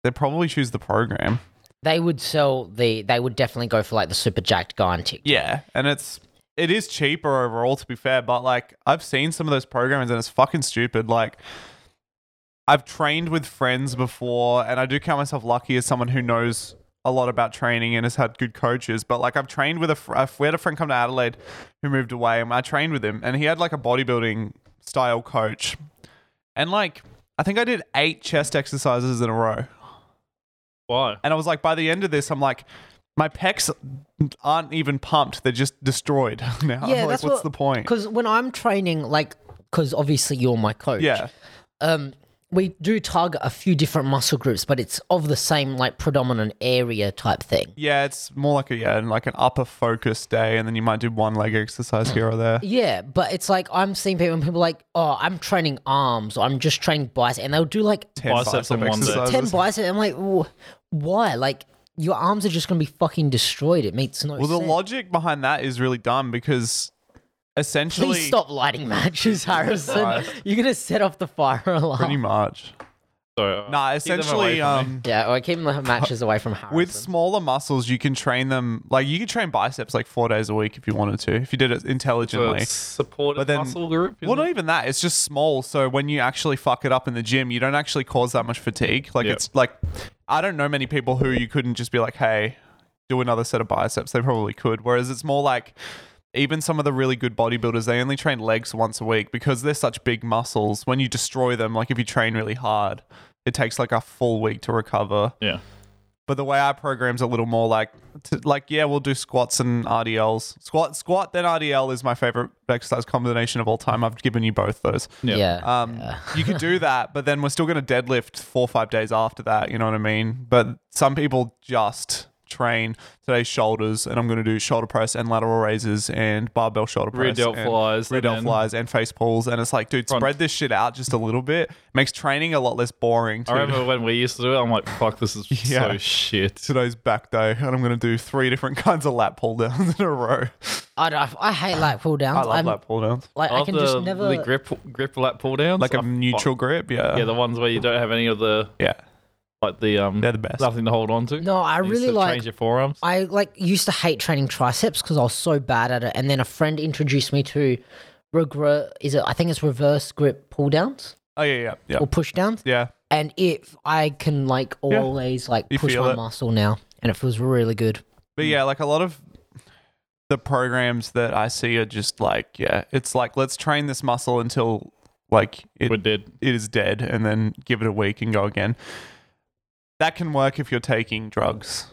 Speaker 3: They'd probably choose the program.
Speaker 1: They would sell the. They would definitely go for like the super jacked guy on TikTok.
Speaker 3: Yeah, and it's it is cheaper overall to be fair, but like I've seen some of those programs and it's fucking stupid. Like I've trained with friends before, and I do count myself lucky as someone who knows a lot about training and has had good coaches. But like I've trained with a fr- I- we had a friend come to Adelaide who moved away, and I trained with him, and he had like a bodybuilding style coach, and like I think I did eight chest exercises in a row.
Speaker 2: Why?
Speaker 3: And I was like, by the end of this, I'm like, my pecs aren't even pumped; they're just destroyed *laughs* now.
Speaker 1: Yeah,
Speaker 3: like,
Speaker 1: that's
Speaker 3: what's
Speaker 1: what-
Speaker 3: the point?
Speaker 1: Because when I'm training, like, because obviously you're my coach.
Speaker 3: Yeah,
Speaker 1: um, we do target a few different muscle groups, but it's of the same like predominant area type thing.
Speaker 3: yeah, it's more like a yeah, like an upper focus day, and then you might do one leg exercise here or there.
Speaker 1: Yeah, but it's like I'm seeing people and people are like, oh, I'm training arms or I'm just training biceps, and they'll do like
Speaker 3: Ten
Speaker 2: Biceps
Speaker 3: bicep
Speaker 2: on one day.
Speaker 3: exercises.
Speaker 1: ten biceps. I'm like, "Wh- why? Like your arms are just gonna be fucking destroyed. It makes no
Speaker 3: Well, the
Speaker 1: sense.
Speaker 3: logic behind that is really dumb because essentially,
Speaker 1: Please stop lighting
Speaker 3: *laughs*
Speaker 1: matches, Harrison. You're gonna set off the fire *laughs* alarm.
Speaker 3: pretty much.
Speaker 2: Sorry. uh,
Speaker 3: Nah,
Speaker 2: keep them away
Speaker 3: essentially,
Speaker 2: from me.
Speaker 3: um,
Speaker 1: yeah, or keep the matches away from Harrison.
Speaker 3: with smaller muscles, you can train them. Like you could train biceps like four days a week if you wanted to, if you did it
Speaker 2: So
Speaker 3: intelligently.
Speaker 2: it's supportive
Speaker 3: But then-
Speaker 2: muscle group.
Speaker 3: Well,
Speaker 2: isn't
Speaker 3: not
Speaker 2: it?
Speaker 3: even that. It's just small. So when you actually fuck it up in the gym, you don't actually cause that much fatigue. Like
Speaker 2: Yeah.
Speaker 3: it's like I don't know many people who you couldn't just be like, hey, do another set of biceps. They probably could. Whereas it's more like even some of the really good bodybuilders, they only train legs once a week because they're such big muscles. When you destroy them, like if you train really hard, it takes like a full week to recover.
Speaker 2: Yeah.
Speaker 3: But the way our program's a little more like, t like yeah, we'll do squats and RDLs. Squat, squat, then RDL is my favorite exercise combination of all time. I've given you both those.
Speaker 1: yeah,
Speaker 3: Um, you could do that, but then we're still going to deadlift four or five days after that. You know what I mean? But some people just train today's shoulders, and I'm going to do shoulder press and lateral raises and barbell shoulder press,
Speaker 2: Rear delt
Speaker 3: and
Speaker 2: flies.
Speaker 3: rear
Speaker 2: and
Speaker 3: delt
Speaker 2: then-
Speaker 3: flies, and face pulls. And it's like, dude,
Speaker 2: Front.
Speaker 3: spread this shit out just a little bit. Makes training a lot less boring.
Speaker 2: I
Speaker 3: To
Speaker 2: remember when we used to do it. I'm like, fuck, this *laughs* is
Speaker 3: Yeah.
Speaker 2: so shit.
Speaker 3: Today's back day, and I'm going to do three different *laughs* kinds of lat pull downs in a row.
Speaker 1: I, don't- I hate like pull downs.
Speaker 3: I love
Speaker 1: I'm-
Speaker 3: lat pull downs,
Speaker 1: Like I
Speaker 2: Of
Speaker 1: can
Speaker 2: the,
Speaker 1: just
Speaker 2: the
Speaker 1: never.
Speaker 2: grip grip lat pull downs.
Speaker 3: like
Speaker 2: I
Speaker 3: a
Speaker 2: fuck-
Speaker 3: neutral grip. Yeah,
Speaker 2: Yeah, the ones where you don't have any of the
Speaker 3: yeah,
Speaker 2: like the um
Speaker 3: they're the best.
Speaker 2: nothing to hold on to.
Speaker 1: No, I
Speaker 2: You
Speaker 1: really
Speaker 2: still
Speaker 1: like
Speaker 2: change your forearms.
Speaker 1: I like used to hate training triceps because I was so bad at it, and then a friend introduced me to regret. Is it? I think it's reverse grip pull downs
Speaker 3: Oh yeah, yeah, yeah,
Speaker 1: or push downs,
Speaker 3: yeah.
Speaker 1: and if I can like always like
Speaker 3: You
Speaker 1: push
Speaker 3: feel
Speaker 1: my
Speaker 3: it.
Speaker 1: muscle now, and it feels really good.
Speaker 3: But yeah, like a lot of the programs that I see are just like, yeah, it's like let's train this muscle until like it,
Speaker 2: We did.
Speaker 3: it is dead and then give it a week and go again. That can work if you're taking drugs.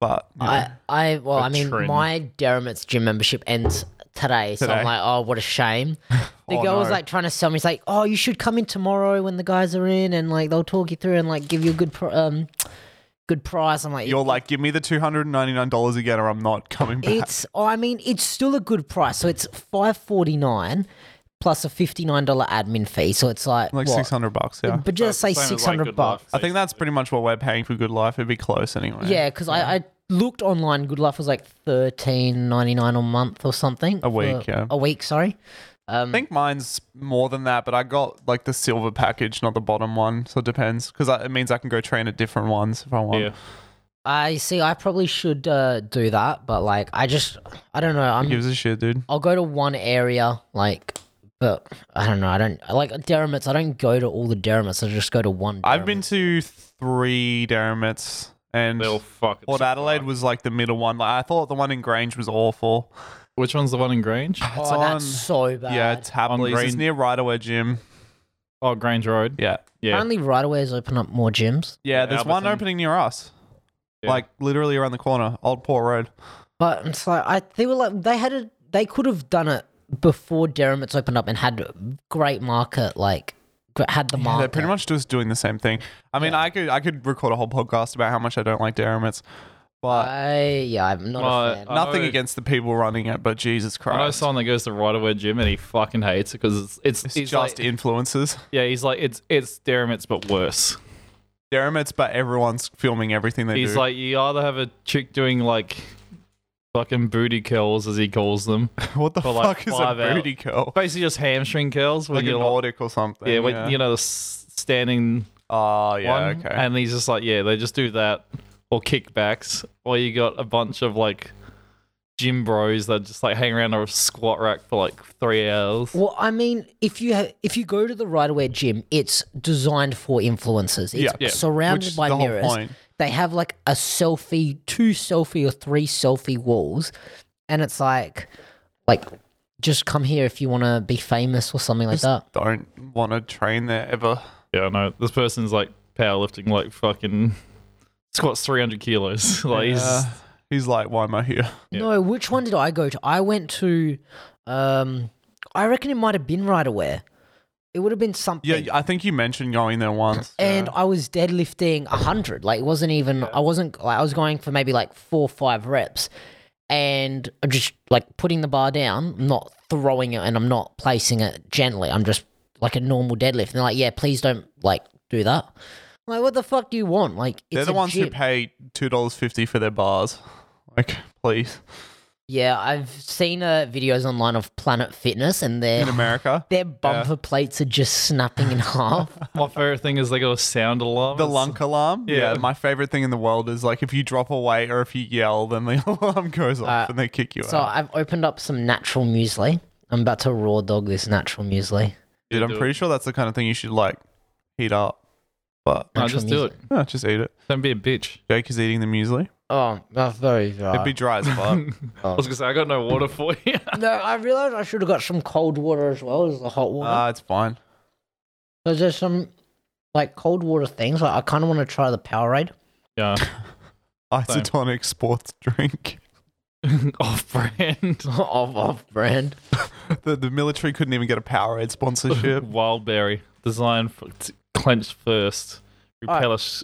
Speaker 3: But you know,
Speaker 1: I, I, well,
Speaker 2: A
Speaker 1: I mean,
Speaker 2: trend.
Speaker 1: my Deramit's gym membership ends today, so I'm
Speaker 3: Today?
Speaker 1: like, oh, what a shame. The
Speaker 3: *laughs* Oh,
Speaker 1: girl was
Speaker 3: no.
Speaker 1: like trying to sell me. It's like, oh, you should come in tomorrow when the guys are in, and like they'll talk you through and like give you a good, pr- um, good price. I'm like,
Speaker 3: you're like, give me the two hundred and ninety nine dollars again or I'm not coming back.
Speaker 1: It's I mean it's still a good price. So it's five forty nine plus a fifty nine dollar admin fee. So it's like,
Speaker 3: like
Speaker 1: what?
Speaker 3: six hundred bucks, yeah.
Speaker 1: But just say
Speaker 2: Same as, like,
Speaker 1: six hundred
Speaker 2: Good Life.
Speaker 1: bucks.
Speaker 3: I think that's pretty much what we're paying for good life. It'd be close anyway.
Speaker 1: Yeah, because I, I looked online. Good Life was like thirteen ninety nine a month or something.
Speaker 3: A week,
Speaker 1: for-
Speaker 3: yeah.
Speaker 1: A week, sorry. Um,
Speaker 3: I think mine's more than that, but I got like the silver package, not the bottom one. So it depends because it means I can go train at different ones if I want.
Speaker 2: Yeah.
Speaker 1: I see. I probably should uh, do that, but like, I just, I don't know.
Speaker 3: Who
Speaker 1: I'm,
Speaker 3: gives a shit, dude?
Speaker 1: I'll go to one area, like, but I don't know. I don't I like Deramits. I don't go to all the Deramits. I just go to one.
Speaker 3: I've
Speaker 1: Derrimits.
Speaker 3: been to three Deramits and
Speaker 2: They'll fuck.
Speaker 3: Port Adelaide was like the middle one. Like I thought the one in Grange was awful.
Speaker 2: Which one's the one in Grange?
Speaker 1: Oh,
Speaker 3: It's on-
Speaker 1: that's so bad.
Speaker 3: yeah, it's Hapley's. It's
Speaker 2: Grange-
Speaker 3: near Rideaway Gym.
Speaker 2: Oh, Grange Road.
Speaker 3: Yeah.
Speaker 2: Yeah.
Speaker 1: Only right away has opened up more gyms.
Speaker 3: Yeah,
Speaker 2: Yeah,
Speaker 3: there's one
Speaker 2: Alberton.
Speaker 3: opening near us.
Speaker 2: Yeah.
Speaker 3: Like literally around the corner, Old Port Road.
Speaker 1: But it's like I they were like they had a they could have done it before Deramit's opened up and had great market like gr- had the
Speaker 3: Yeah,
Speaker 1: market.
Speaker 3: they're pretty much just doing the same thing. I mean, I could I could record a whole podcast about how much I don't like Deramits, but
Speaker 1: I yeah I'm not
Speaker 2: Well,
Speaker 1: a fan.
Speaker 2: I
Speaker 3: nothing
Speaker 2: know-
Speaker 3: against the people running it. But Jesus
Speaker 2: I know
Speaker 3: Christ,
Speaker 2: someone that goes to Riderwear Gym and he fucking hates it because it's it's
Speaker 3: it's
Speaker 2: he's
Speaker 3: just
Speaker 2: like,
Speaker 3: influences.
Speaker 2: yeah he's like it's it's Deramit's but worse.
Speaker 3: Deramits, but everyone's filming everything they
Speaker 2: He's
Speaker 3: do.
Speaker 2: like you either have a chick doing like fucking booty curls as he calls them,
Speaker 3: *laughs* *laughs* what the
Speaker 2: for, like,
Speaker 3: fuck is a
Speaker 2: five hours.
Speaker 3: booty curl?
Speaker 2: basically just hamstring curls when
Speaker 3: Like a
Speaker 2: you're like,
Speaker 3: Nordic or something.
Speaker 2: yeah, when, you know the s- standing
Speaker 3: Oh yeah,
Speaker 2: one,
Speaker 3: okay.
Speaker 2: and he's just like yeah they just do that or kickbacks or you got a bunch of like gym bros that just like hang around a squat rack for like three hours.
Speaker 1: Well, I mean, if you ha- if you go to the right away gym, it's designed for influencers. It's
Speaker 3: Yeah. Yeah.
Speaker 1: surrounded
Speaker 3: Which is
Speaker 1: by
Speaker 3: the whole
Speaker 1: mirrors.
Speaker 3: point.
Speaker 1: They have like a selfie, two selfie or three selfie walls, and it's like, like, just come here if you want to be famous or something like that.
Speaker 3: Don't want to train there ever.
Speaker 2: Yeah, I know. This person's like powerlifting, like fucking squats 300 kilos. *laughs* like, he's,
Speaker 3: Yeah. He's like, why am
Speaker 2: *laughs*
Speaker 3: I here?
Speaker 2: Yeah.
Speaker 1: No, which one did I go to? I went to, um, I reckon it might have been right away. It would have been something.
Speaker 3: Yeah, I think you mentioned going there once.
Speaker 1: and I was deadlifting a hundred. Like it wasn't even. I wasn't. Like, I was going for maybe like four, five reps, and I'm just like putting the bar down. I'm not throwing it, and I'm not placing it gently. I'm just like a normal deadlift. And they're like, "Yeah, please don't like do that." I'm like, what the fuck do you want? Like, it's
Speaker 3: They're the
Speaker 1: a
Speaker 3: ones who
Speaker 1: gym.
Speaker 3: pay two dollars fifty for their bars. Like, please,
Speaker 1: Yeah, I've seen uh, videos online of Planet Fitness, and
Speaker 3: in
Speaker 1: their
Speaker 3: America,
Speaker 1: their bumper plates are just snapping in *laughs* half.
Speaker 2: my favorite thing is they got a sound alarm.
Speaker 3: the
Speaker 2: It's-
Speaker 3: lunk alarm. Yeah.
Speaker 2: Yeah.
Speaker 3: my favorite thing in the world is like if you drop a weight or if you yell, then the *laughs* alarm goes off
Speaker 2: Uh,
Speaker 3: and they kick you
Speaker 1: so
Speaker 3: out.
Speaker 1: I've opened up some natural muesli. I'm about to raw dog this natural muesli.
Speaker 3: Dude, I'm
Speaker 2: do it.
Speaker 3: pretty sure that's the kind of thing you should like heat up. But
Speaker 2: No, just do it.
Speaker 3: yeah, just eat it.
Speaker 2: Don't be a bitch.
Speaker 3: Jake is eating the muesli.
Speaker 1: Oh, that's very
Speaker 3: It'd
Speaker 1: dry. Oh.
Speaker 3: be dry as
Speaker 2: Uh,
Speaker 3: fuck.
Speaker 2: *laughs* I was gonna say I got no water for
Speaker 3: *laughs*
Speaker 2: you.
Speaker 1: no, I realized I should have got some cold water as well as the hot water.
Speaker 2: Uh,
Speaker 3: Ah, it's fine.
Speaker 1: Because there's some like cold water things. Like I kind of want to try the Powerade. *laughs*
Speaker 2: *laughs* yeah,
Speaker 3: Isotonic sports drink. *laughs*
Speaker 2: off brand.
Speaker 1: off, off brand.
Speaker 3: The, the military couldn't even get a Powerade
Speaker 2: *laughs*
Speaker 3: sponsorship.
Speaker 2: Wildberry, designed for t- clenched first,
Speaker 1: Alright.
Speaker 2: repellish,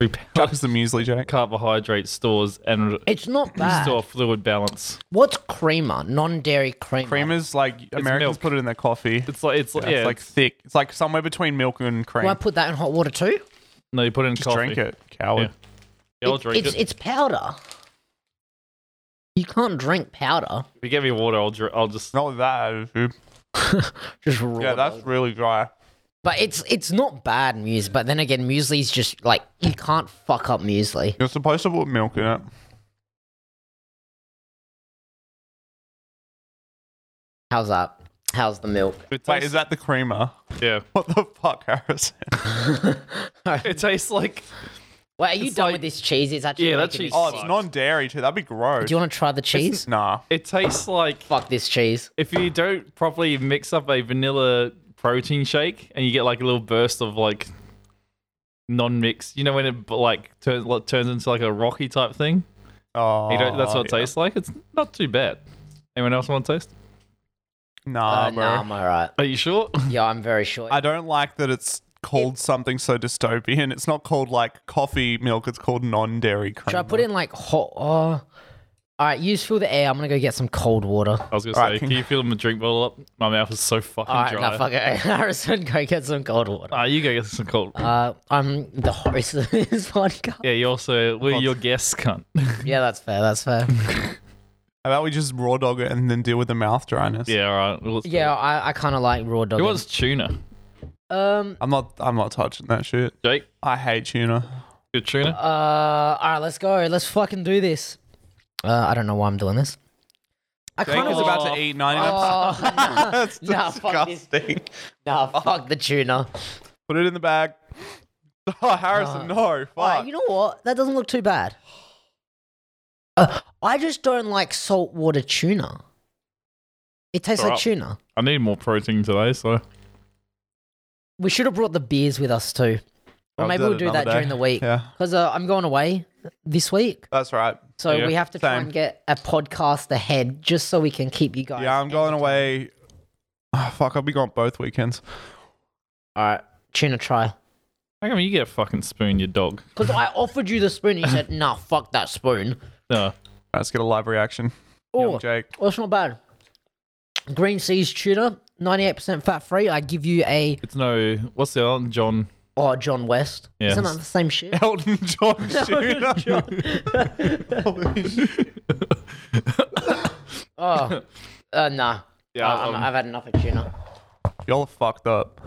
Speaker 3: Chuck
Speaker 2: repellish
Speaker 3: is the muesli, Jake.
Speaker 2: *laughs* carbohydrate stores and
Speaker 1: It's not bad.
Speaker 2: restore fluid balance.
Speaker 1: What's creamer? Non-dairy creamer.
Speaker 3: Creamers, like Americans
Speaker 2: milk.
Speaker 3: put it in their coffee.
Speaker 2: It's like it's like yeah,
Speaker 3: it's like thick. It's like somewhere between milk and cream.
Speaker 1: Do I put that in hot water too?
Speaker 2: no, you put it in
Speaker 3: Just
Speaker 2: coffee.
Speaker 3: drink it, coward.
Speaker 2: Yeah, I'll
Speaker 1: It-
Speaker 2: drink
Speaker 1: it's
Speaker 2: it.
Speaker 1: it's powder. You can't drink powder.
Speaker 2: If you get me water, I'll dr- I'll just
Speaker 3: Not with that attitude.
Speaker 1: Just raw.
Speaker 3: Yeah, that's
Speaker 1: dog.
Speaker 3: really dry.
Speaker 1: But it's it's not bad muesli. But then again, muesli's just like you can't fuck up muesli.
Speaker 3: You're supposed to put milk in it.
Speaker 1: How's that? How's the milk?
Speaker 2: It
Speaker 3: Wait,
Speaker 2: tastes,
Speaker 3: is that the creamer?
Speaker 2: *laughs*
Speaker 3: *laughs*
Speaker 2: yeah.
Speaker 3: What the fuck, Harrison?
Speaker 2: It tastes like
Speaker 1: Wait, are you
Speaker 2: It's
Speaker 1: done
Speaker 2: like-
Speaker 1: with this cheese? It's actually
Speaker 2: Yeah, that
Speaker 1: making me
Speaker 2: cheese
Speaker 3: Oh,
Speaker 1: sick.
Speaker 3: it's
Speaker 2: Fuck.
Speaker 3: non-dairy too. That'd be gross.
Speaker 1: Do you want to try the cheese?
Speaker 3: nah.
Speaker 2: it tastes like
Speaker 1: Fuck this cheese.
Speaker 2: if you don't properly mix up a vanilla protein shake and you get like a little burst of like non-mixed, you know when it like turns like, turns into like a rocky type thing.
Speaker 3: Oh,
Speaker 2: You don't, that's what it tastes like. It's not too bad. Anyone else want to taste?
Speaker 3: Nah,
Speaker 1: uh,
Speaker 3: bro.
Speaker 1: nah, I'm
Speaker 2: *laughs*
Speaker 1: alright.
Speaker 2: Are you sure?
Speaker 1: Yeah, I'm very sure.
Speaker 3: I don't like that it's called something so dystopian. It's not called like coffee milk. It's called non-dairy creamer.
Speaker 1: Should I put in like hot? Oh. All right, you just fill the air. I'm gonna go get some cold water.
Speaker 2: I was gonna
Speaker 3: All
Speaker 2: say,
Speaker 3: right,
Speaker 2: can
Speaker 3: can-
Speaker 2: you fill my drink bottle up? My mouth is so fucking
Speaker 1: All right,
Speaker 2: dry.
Speaker 1: no, fuck it. *laughs* Harrison, go get some cold water.
Speaker 2: Ah, you go get some cold.
Speaker 1: Uh, I'm the host *laughs* of this
Speaker 2: *laughs*
Speaker 1: podcast.
Speaker 2: yeah, you also we're your guest, cunt. *laughs*
Speaker 1: Yeah, that's fair. That's fair.
Speaker 3: How about we just raw dog it and then deal with the mouth dryness?
Speaker 2: yeah, all right. Well,
Speaker 1: Yeah, I, I kind of like raw dog.
Speaker 2: It was tuna.
Speaker 1: Um.
Speaker 3: I'm not. I'm not touching that shit.
Speaker 2: Jake,
Speaker 3: I hate tuna.
Speaker 2: good tuna.
Speaker 1: Uh. All right, let's go. Let's fucking do this. Uh, I don't know why I'm doing this. I
Speaker 3: Jake
Speaker 1: kind
Speaker 3: is
Speaker 1: of.
Speaker 3: about to eat 99.
Speaker 1: Oh,
Speaker 3: *laughs* That's
Speaker 1: *laughs* Nah, fuck this.
Speaker 3: disgusting.
Speaker 1: nah, fuck the tuna.
Speaker 3: Put it in the bag. *laughs* Oh, Harrison, no.
Speaker 1: Alright,
Speaker 3: Fuck.
Speaker 1: you know what? That doesn't look too bad. Uh, I just don't like saltwater tuna. It tastes like
Speaker 2: Alright.
Speaker 1: tuna.
Speaker 2: I need more protein today, so
Speaker 1: We should have brought the beers with us too. Or
Speaker 3: I'll
Speaker 1: maybe
Speaker 3: do
Speaker 1: we'll
Speaker 3: it
Speaker 1: do
Speaker 3: another
Speaker 1: that
Speaker 3: day.
Speaker 1: during the week.
Speaker 3: Yeah.
Speaker 1: Because uh, I'm going away this week.
Speaker 3: That's right.
Speaker 1: So
Speaker 2: Yeah.
Speaker 1: we have to try
Speaker 3: Same.
Speaker 1: and get a podcast ahead just so we can keep you guys.
Speaker 3: Yeah, I'm going away. *sighs* Oh, fuck, I'll be gone both weekends.
Speaker 1: All right. Tuna try.
Speaker 2: how come you get a fucking spoon, you dog?
Speaker 1: Because I offered you the spoon and you said, nah, fuck that spoon.
Speaker 2: No,
Speaker 3: Let's get a live reaction.
Speaker 1: Oh,
Speaker 3: Young Jake. *laughs*
Speaker 1: well, it's not bad. Green Seas tuna, 98% fat free. I give you a
Speaker 2: it's no. What's the other one? John?
Speaker 1: Oh, John West.
Speaker 2: Yeah.
Speaker 1: Isn't that the same
Speaker 2: *laughs*
Speaker 1: shit?
Speaker 3: Elton John
Speaker 1: *laughs*
Speaker 3: tuna. Holy shit.
Speaker 1: Oh, uh, nah.
Speaker 2: Yeah,
Speaker 1: Uh, I'm-
Speaker 2: um,
Speaker 1: I've had enough of tuna.
Speaker 3: *laughs* Y'all are fucked up.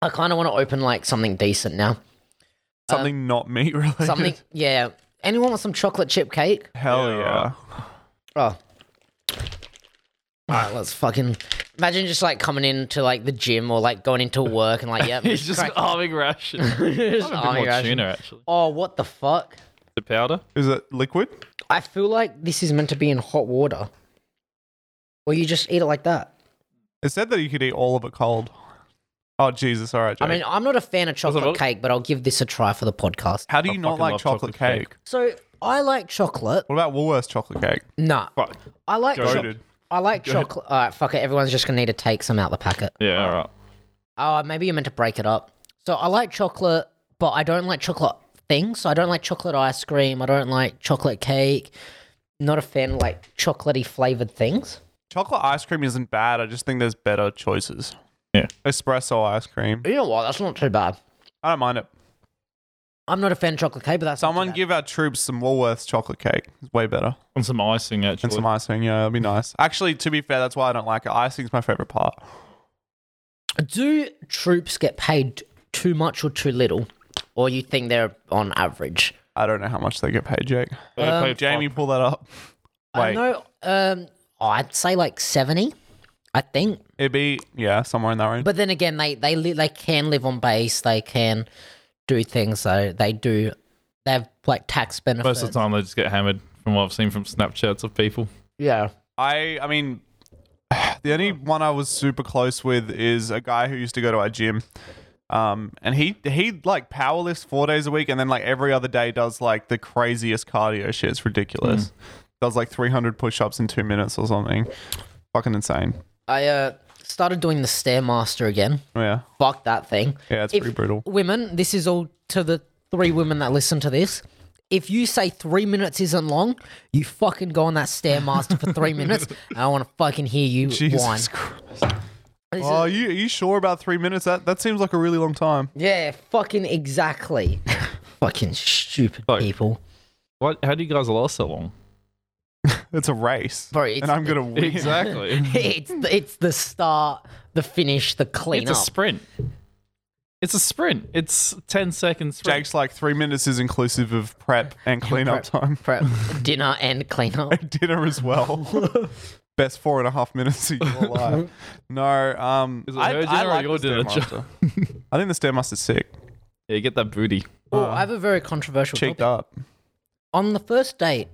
Speaker 1: I kind of want to open like something decent
Speaker 2: *laughs*
Speaker 1: now.
Speaker 3: Something not meat *laughs* related.
Speaker 1: Um, Something, yeah. Anyone want some chocolate chip cake?
Speaker 3: Hell
Speaker 2: Yeah,
Speaker 3: yeah.
Speaker 2: right.
Speaker 1: Oh. All right, let's fucking imagine just like coming into like the gym or like going into work and like,
Speaker 2: *laughs*
Speaker 1: yeah,
Speaker 2: *laughs* He's just
Speaker 1: crack- *laughs*
Speaker 2: arming ration. I want
Speaker 1: just
Speaker 2: a bit
Speaker 1: army
Speaker 2: more
Speaker 1: ration.
Speaker 2: tuna actually.
Speaker 1: Oh, what the fuck?
Speaker 2: The powder.
Speaker 3: Is it liquid?
Speaker 1: I feel like this is meant to be in hot water. Or you just eat it like that.
Speaker 3: It said that you could eat all of it cold. Oh, Jesus. All right, Jake.
Speaker 1: I mean, I'm not a fan of chocolate
Speaker 2: milk?
Speaker 1: cake, but I'll give this a try for the podcast.
Speaker 3: How do you
Speaker 2: I
Speaker 3: not
Speaker 2: fucking
Speaker 3: like
Speaker 2: love
Speaker 3: chocolate,
Speaker 2: chocolate
Speaker 3: cake?
Speaker 2: cake.
Speaker 1: So I like chocolate.
Speaker 3: What about Woolworths chocolate cake?
Speaker 1: Nah,
Speaker 2: Fuck.
Speaker 1: I like cho-
Speaker 3: Goated.
Speaker 1: I like chocolate. All right, fuck it. Everyone's just gonna need to take some out the packet.
Speaker 2: Yeah, all right.
Speaker 1: Oh, maybe you're meant to break it up. So I like chocolate, but I don't like chocolate things. So I don't like chocolate ice cream. I don't like chocolate cake. Not a fan of like chocolatey flavored things.
Speaker 3: Chocolate ice cream isn't bad. I just think there's better choices.
Speaker 2: Yeah.
Speaker 3: Espresso ice cream.
Speaker 1: You know what? That's not too bad.
Speaker 3: I don't mind it.
Speaker 1: I'm not a fan of chocolate cake, but that's not
Speaker 3: Someone
Speaker 1: too bad.
Speaker 3: give our troops some Woolworths chocolate cake. It's way better.
Speaker 2: And some icing actually.
Speaker 3: And some icing. Yeah, it'll be nice. Actually, to be fair, that's why I don't like it. Icing's my favorite part.
Speaker 1: Do troops get paid too much or too little, or you think they're on average?
Speaker 3: I don't know how much they get paid, Jake.
Speaker 2: They get
Speaker 1: Um,
Speaker 2: paid
Speaker 3: Jamie,
Speaker 2: five-
Speaker 3: pull that up.
Speaker 1: I
Speaker 3: Wait,
Speaker 1: know. Um, oh, I'd say like seventy. I think,
Speaker 3: it'd be yeah, somewhere in that range.
Speaker 1: but then again, they they li- they can live on base. They can do things. So they do. They have like tax benefits.
Speaker 2: most of the time they just get hammered. From what I've seen from Snapchats of people.
Speaker 1: Yeah.
Speaker 3: I, I mean, *sighs* the only one I was super close with is a guy who used to go to our gym. Um, and he he like power lifts four days a week, and then like every other day does like the craziest cardio shit. It's ridiculous. Does like three hundred push ups in two minutes or something. Fucking insane.
Speaker 1: I uh started doing the stairmaster again.
Speaker 3: Yeah,
Speaker 1: Fuck that thing.
Speaker 3: yeah, it's
Speaker 1: If-
Speaker 3: pretty brutal.
Speaker 1: Women, this is all to the three women that listen to this. If you say three minutes isn't long, you fucking go on that stairmaster for three minutes.
Speaker 3: *laughs*
Speaker 1: And I want to fucking hear you
Speaker 3: Jesus
Speaker 1: whine.
Speaker 3: Christ.
Speaker 1: This
Speaker 3: Oh,
Speaker 1: is-
Speaker 3: are you are you sure about three minutes? That that seems like a really long time.
Speaker 1: Yeah, fucking
Speaker 3: *laughs*
Speaker 1: exactly. fucking stupid
Speaker 2: Fuck.
Speaker 1: people. *laughs*
Speaker 2: What? How do you guys last so long?
Speaker 3: It's a race,
Speaker 1: Bro, it's-
Speaker 3: and I'm gonna win.
Speaker 1: *laughs*
Speaker 2: *laughs* Exactly.
Speaker 1: It's the, it's the start, the finish, the
Speaker 2: it's
Speaker 1: cleanup.
Speaker 2: a sprint. It's a sprint. It's 10 seconds. sprint.
Speaker 3: Jake's like three minutes is inclusive
Speaker 1: *laughs*
Speaker 3: of prep and cleanup time, *laughs*
Speaker 1: Prep, dinner, and cleanup.
Speaker 3: dinner
Speaker 1: *laughs*
Speaker 3: as well. Best four and a half minutes of your life. No, um,
Speaker 2: Is it her dinner or your
Speaker 3: the
Speaker 2: dinner,
Speaker 3: Stairmaster. I think the stairmaster's sick.
Speaker 2: Yeah, get that booty.
Speaker 1: Oh, I have a very controversial
Speaker 3: Cheeked
Speaker 1: topic.
Speaker 3: up.
Speaker 1: On the first date,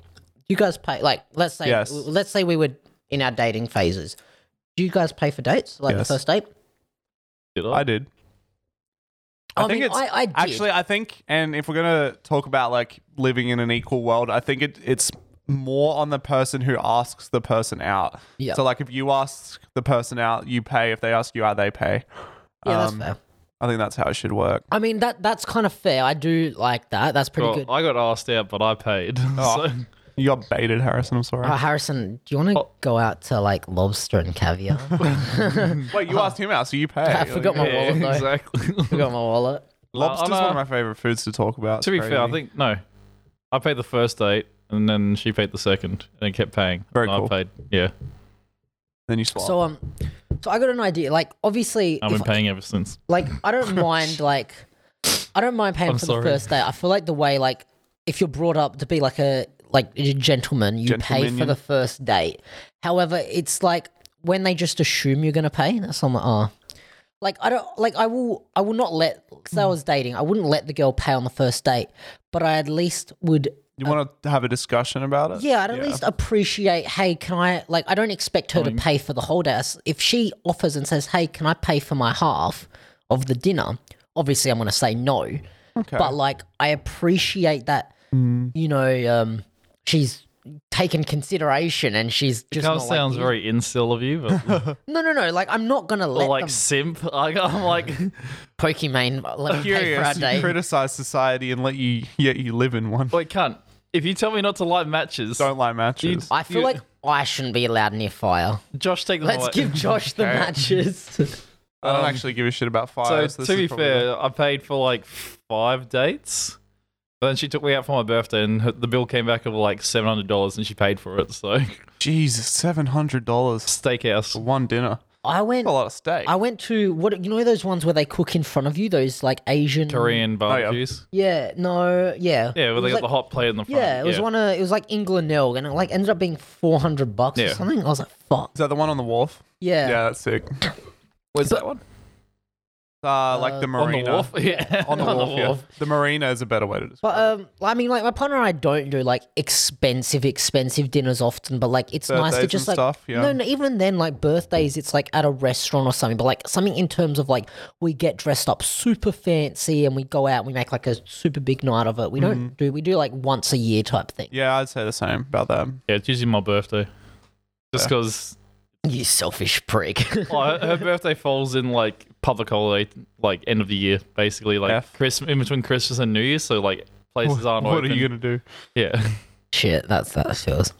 Speaker 1: you guys pay. Like, let's say,
Speaker 3: Yes.
Speaker 1: let's say we were in our dating phases. Do you guys pay for dates? Like
Speaker 3: Yes.
Speaker 1: the first date?
Speaker 2: Did
Speaker 3: I did.
Speaker 1: I mean, I- I did.
Speaker 3: actually. I think, and if we're gonna talk about like living in an equal world, I think it, it's more on the person who asks the person out.
Speaker 1: Yeah.
Speaker 3: So like, if you ask the person out, you pay. If they ask you out, they pay.
Speaker 1: Yeah,
Speaker 3: Um,
Speaker 1: that's fair.
Speaker 3: I think that's how it should work.
Speaker 1: I mean, that that's kind of fair. I do like that. That's pretty
Speaker 2: Well,
Speaker 3: uh,
Speaker 1: good.
Speaker 2: I got asked out, but I paid. *laughs*
Speaker 3: Oh.
Speaker 2: So,
Speaker 3: You got baited, Harrison. I'm sorry.
Speaker 1: Uh, Harrison, do you want to go out to like lobster and
Speaker 3: *laughs*
Speaker 1: caviar?
Speaker 3: *laughs* Wait, you asked him out, so you
Speaker 1: *laughs*
Speaker 3: pay.
Speaker 1: I forgot my
Speaker 2: yeah,
Speaker 1: wallet though.
Speaker 2: exactly.
Speaker 1: Forgot my wallet.
Speaker 3: Lobster's
Speaker 2: Well,
Speaker 3: one
Speaker 2: I'm,
Speaker 3: of
Speaker 2: uh,
Speaker 3: my favorite foods to talk about.
Speaker 2: To be
Speaker 3: It's
Speaker 2: fair, I
Speaker 3: crazy.
Speaker 2: think no. I paid the first date, and then she paid the second, and kept paying.
Speaker 3: Very
Speaker 2: And
Speaker 3: cool.
Speaker 2: I paid. Yeah,
Speaker 3: Then you swap.
Speaker 1: So um, so I got an idea. Like, obviously,
Speaker 2: I've
Speaker 1: if
Speaker 2: been paying ever since.
Speaker 1: like I
Speaker 2: *laughs*
Speaker 1: don't mind like I don't mind paying
Speaker 2: I'm
Speaker 1: for
Speaker 2: sorry.
Speaker 1: the first date. I feel like the way like if you're brought up to be like a like a gentleman, you pay for
Speaker 3: Gentlemanian.
Speaker 1: the first date. However, it's like when they just assume you're gonna pay, that's I'm like, oh. Like I don't like I will I will not let because
Speaker 2: Hmm.
Speaker 1: I was dating, I wouldn't let the girl pay on the first date, but I at least would
Speaker 3: you want to have a discussion about it?
Speaker 1: yeah, I'd at least appreciate, hey, can I, like, I don't expect her to pay for the whole day. I s- If she offers and says, hey, can I pay for my half of the dinner? Obviously, I'm going to say no.
Speaker 3: Okay.
Speaker 1: But, like, I appreciate that, you know, um, she's taken consideration and she's just. not
Speaker 2: Kind of
Speaker 1: like
Speaker 2: sounds
Speaker 1: you.
Speaker 2: very incel of you,
Speaker 1: *laughs*
Speaker 2: but
Speaker 1: No, no, no. Like, I'm not going to let
Speaker 2: or like
Speaker 1: them
Speaker 2: simp. Like I'm
Speaker 1: *laughs*
Speaker 2: like,
Speaker 1: Pokimane let me pay for our
Speaker 3: Curious, you
Speaker 1: date.
Speaker 3: criticize society and let you yet you live in one.
Speaker 2: wait, cunt. If you tell me not to light matches,
Speaker 3: Don't like matches.
Speaker 1: I feel
Speaker 2: you-
Speaker 1: like I shouldn't be allowed near fire.
Speaker 2: Josh, take them
Speaker 1: Let's
Speaker 2: away.
Speaker 1: give Josh the matches.
Speaker 3: I don't actually give a shit about
Speaker 2: So
Speaker 3: fires. This
Speaker 2: to
Speaker 3: is
Speaker 2: be
Speaker 3: probably-
Speaker 2: fair, I paid for like five dates. But then she took me out for my birthday, and her, the bill came back of like seven hundred dollars, and she paid for it. So *laughs*
Speaker 3: Jesus, seven hundred dollars for
Speaker 2: steakhouse.
Speaker 3: one dinner.
Speaker 1: I went.
Speaker 3: That's a lot of steak.
Speaker 1: I went to what you know those ones where they cook in front of you, those like Asian
Speaker 2: Korean
Speaker 3: Oh,
Speaker 2: barbecues.
Speaker 1: Yeah, no, yeah. It
Speaker 2: yeah. where they
Speaker 1: was
Speaker 2: got
Speaker 1: like,
Speaker 2: the hot plate in the front.
Speaker 1: Yeah, it was one of it was like England Nil and it like ended up being four hundred bucks or
Speaker 2: Yeah.
Speaker 1: something. I was like, fuck.
Speaker 3: Is that the one on the wharf?
Speaker 1: Yeah.
Speaker 3: that's sick.
Speaker 2: Where's that one?
Speaker 3: Uh, like
Speaker 1: Uh,
Speaker 3: the
Speaker 2: On the
Speaker 3: marina.
Speaker 2: wharf. Yeah,
Speaker 3: On the wharf. *laughs* yeah. The marina is a better way to describe.
Speaker 1: But um I mean like my partner and I don't do like expensive, expensive dinners often, but like it's nice to
Speaker 3: Birthdays
Speaker 1: just
Speaker 3: and
Speaker 1: like
Speaker 3: stuff, yeah.
Speaker 1: no, no, even then like birthdays it's like at a restaurant or something, but like something in terms of like we get dressed up super fancy and we go out and we make like a super big night of it. We
Speaker 2: Mm-hmm.
Speaker 1: don't do we do like once a year type thing.
Speaker 3: it. Yeah, I'd say the same about that.
Speaker 2: Yeah, it's usually my birthday. Just because
Speaker 1: You selfish prick. *laughs*
Speaker 2: her, her birthday falls in like public holiday, like end of the year, basically like
Speaker 3: F.
Speaker 2: Christmas in between Christmas and New Year. So like places aren't
Speaker 3: what
Speaker 2: open.
Speaker 3: are you gonna do?
Speaker 2: Yeah.
Speaker 1: Shit, that's that feels.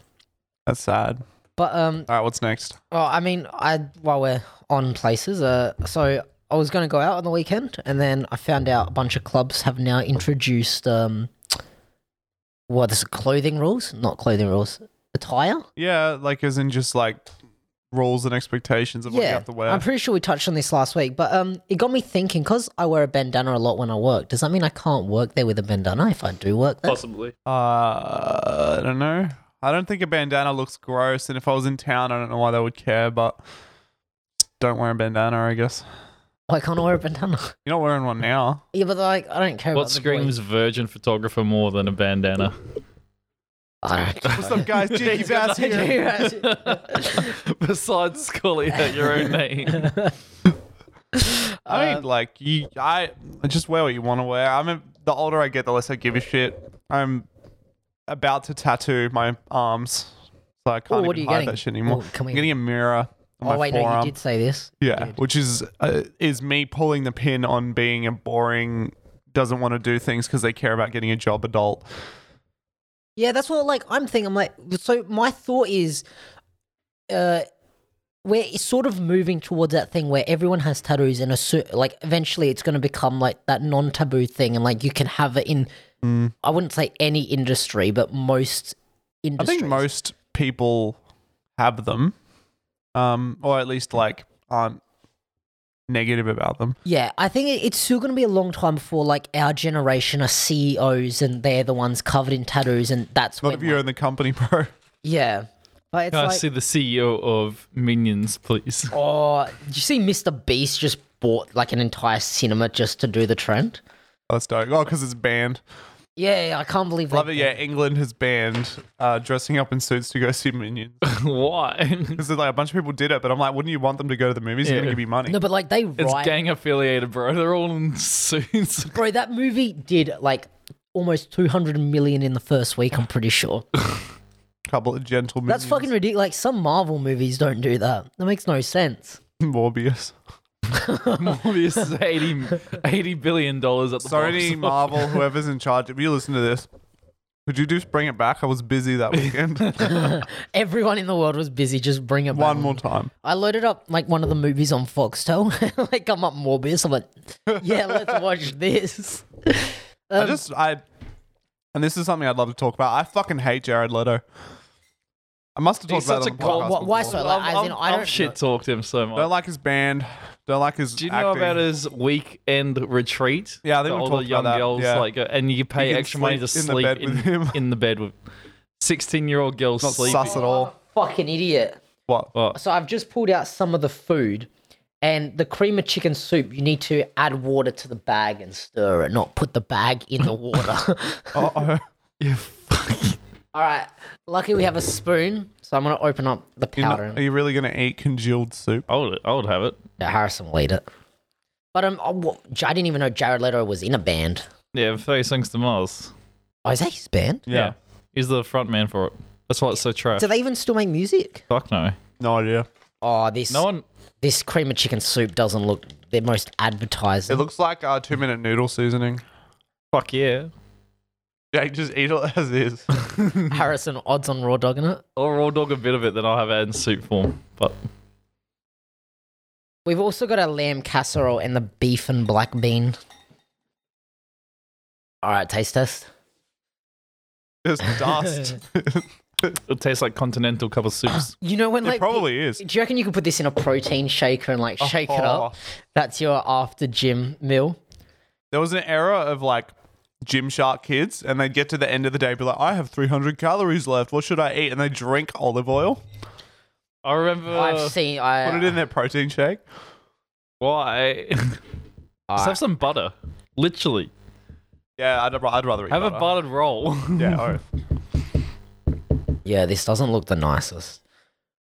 Speaker 3: That's sad.
Speaker 1: But um,
Speaker 3: All right, what's next?
Speaker 1: oh, I mean, I while we're on places, uh, so I was gonna go out on the weekend, and then I found out a bunch of clubs have now introduced um, what is it, clothing rules? Not clothing rules, attire.
Speaker 3: Yeah, like as in just like rules and expectations of what you
Speaker 1: yeah,
Speaker 3: have to wear.
Speaker 1: I'm pretty sure we touched on this last week, but um, it got me thinking because I wear a bandana a lot when I work. Does that mean I can't work there with a bandana if I do work there?
Speaker 2: Possibly.
Speaker 3: Uh, I don't know. I don't think a bandana looks gross, and if I was in town, I don't know why they would care. But don't wear a bandana, I guess.
Speaker 1: Why can't I wear a bandana? *laughs*
Speaker 3: You're not wearing one now.
Speaker 1: yeah, but like I don't care.
Speaker 2: What
Speaker 1: about the boy.
Speaker 2: screams virgin photographer more than a bandana?
Speaker 1: I don't. *laughs*
Speaker 3: *laughs* What's up, guys? Jiggy Bass here.
Speaker 1: care.
Speaker 2: Besides calling out your own *laughs* name.
Speaker 3: I
Speaker 1: Uh,
Speaker 3: mean, like you, I just wear what you want to wear. I'm a, the older I get, the less I give a shit. I'm about to tattoo my arms, so I can't
Speaker 1: what are
Speaker 3: even
Speaker 1: you
Speaker 3: hide
Speaker 1: getting?
Speaker 3: that shit anymore.
Speaker 1: Oh, can we-
Speaker 3: I'm getting a mirror. On my
Speaker 1: oh wait, no,
Speaker 3: forearm.
Speaker 1: you did say this.
Speaker 3: Yeah, which is uh, is me pulling the pin on being a boring, doesn't want to do things because they care about getting a job adult.
Speaker 1: Yeah, that's what like I'm thinking. I'm like, so my thought is, uh, we're sort of moving towards that thing where everyone has tattoos, and a cer- like eventually it's going to become like that non-taboo thing, and like you can have it in. I wouldn't say any industry, but most
Speaker 3: Mm. I
Speaker 1: industries.
Speaker 3: think most people have them, um, or at least like aren't negative about them.
Speaker 1: Yeah, I think it- it's still going to be a long time before like our generation are CEOs and they're the ones covered in tattoos, and that's
Speaker 3: Not
Speaker 1: when
Speaker 3: if you
Speaker 1: like-
Speaker 3: own the company, *laughs* bro.
Speaker 1: yeah. But it's
Speaker 2: Can I
Speaker 1: like,
Speaker 2: see the CEO of Minions, please? *laughs*
Speaker 1: oh, did you see Mr. Beast just bought like an entire cinema just to do the trend?
Speaker 3: That's dope. Oh, because it's banned.
Speaker 1: Yeah, I can't believe.
Speaker 3: Love
Speaker 1: they-
Speaker 3: it. Yeah, England has banned uh, dressing up in suits to go see Minions *laughs*
Speaker 2: Why?
Speaker 3: because like a bunch of people did it. But I'm like, wouldn't you want them to go to the movies? You're
Speaker 2: Yeah.
Speaker 3: gonna give me money.
Speaker 1: No, but like they
Speaker 2: It's
Speaker 1: riot.
Speaker 2: gang affiliated, bro. They're all in suits.
Speaker 1: Bro, that movie did like almost 200 million in the first week, I'm pretty sure.
Speaker 3: Couple of gentle
Speaker 1: That's
Speaker 3: *laughs* minions.
Speaker 1: fucking ridiculous. Like some Marvel movies don't do that. That makes no sense.
Speaker 3: Morbius.
Speaker 2: Morbius is 80, 80 billion dollars at the *laughs*
Speaker 3: *laughs* Sony,
Speaker 2: box.
Speaker 3: Marvel, whoever's in charge. If you listen to this, could you just bring it back? I was busy
Speaker 2: *laughs*
Speaker 3: that weekend.
Speaker 1: Everyone in the world was busy just bring it
Speaker 3: One
Speaker 1: back.
Speaker 3: more time.
Speaker 1: I loaded up like one of the movies on Foxtel. *laughs* like I'm up Morbius. I'm like, yeah,
Speaker 3: *laughs*
Speaker 1: let's watch this. Um,
Speaker 3: I just I, and this is something I'd love to talk about. I fucking hate Jared Leto. I must have talked
Speaker 2: He's
Speaker 3: about
Speaker 2: such
Speaker 3: it on
Speaker 2: a
Speaker 3: the
Speaker 2: cold-
Speaker 3: podcast
Speaker 1: Why- why
Speaker 3: before.
Speaker 1: so? Like, as in,
Speaker 2: I've-
Speaker 1: I
Speaker 2: I've
Speaker 1: don't
Speaker 2: shit talked him so much.
Speaker 3: Don't like his band. Don't like his.
Speaker 2: Do you know
Speaker 3: acting.
Speaker 2: about his weekend retreat?
Speaker 3: Yeah, I think
Speaker 2: That
Speaker 3: we
Speaker 2: all
Speaker 3: talked
Speaker 2: the
Speaker 3: about
Speaker 2: young
Speaker 3: that,
Speaker 2: girls
Speaker 3: yeah.
Speaker 2: like, uh, and you pay
Speaker 3: can
Speaker 2: extra money to
Speaker 3: sleep in the
Speaker 2: sleep
Speaker 3: bed
Speaker 2: in,
Speaker 3: with him.
Speaker 2: in the bed with sixteen-year-old girls
Speaker 3: Not
Speaker 2: sleeping.
Speaker 3: sus at all.
Speaker 1: Fucking idiot.
Speaker 3: What?
Speaker 1: So I've just pulled out some of the food and the cream of chicken soup, you need to add water to the bag and stir it, not put the bag in the
Speaker 3: *laughs*
Speaker 1: water.
Speaker 2: *laughs*
Speaker 3: Uh-oh.
Speaker 2: You fucking-
Speaker 1: All right. Lucky we have a spoon, so I'm gonna open up the
Speaker 3: You're not-
Speaker 1: powder.
Speaker 3: are you really gonna eat congealed soup?
Speaker 2: I would, I would have it.
Speaker 1: Yeah, Harrison will eat it. But um, oh, wha- I didn't even know Jared Leto was in a band.
Speaker 2: Yeah, Thirty Songs to Mars.
Speaker 1: Oh, is that his band?
Speaker 2: Yeah. he's the front man for it. That's why it's so trash.
Speaker 1: Do they even still make music?
Speaker 2: Fuck no.
Speaker 3: No idea.
Speaker 1: Oh, this
Speaker 2: No one.
Speaker 1: this cream of chicken soup doesn't look their most advertised.
Speaker 3: It looks like uh, two minute noodle seasoning.
Speaker 2: Fuck yeah.
Speaker 3: Jake, just eat it as is.
Speaker 1: Harrison odds on raw dog in it.
Speaker 2: I'll raw dog a bit of it, then I'll have it in soup form. But
Speaker 1: We've also got our lamb casserole and the beef and black bean. All right, taste test.
Speaker 3: *laughs* Just
Speaker 1: *laughs*
Speaker 3: dust. *laughs*
Speaker 2: it tastes like continental cup of soups.
Speaker 1: You know when
Speaker 3: it
Speaker 1: like
Speaker 3: probably is.
Speaker 1: Do you reckon you could put this in a protein shaker and like shake it up?
Speaker 3: Oh.
Speaker 1: That's your after gym meal.
Speaker 3: There was an era of like gym shark kids, and they'd get to the end of the day, and be like, "I have 300 calories left. What should I eat?" And they drink olive oil,
Speaker 2: *gasps* I remember
Speaker 1: I've seen. I,
Speaker 3: Uh, put it in their protein shake.
Speaker 2: why. *laughs* Just
Speaker 1: Alright.
Speaker 2: have some butter. Literally.
Speaker 3: Yeah, I'd, ra- I'd rather eat
Speaker 2: Have
Speaker 3: butter.
Speaker 2: a buttered roll.
Speaker 3: Yeah, all right.
Speaker 1: Yeah, this doesn't look the nicest.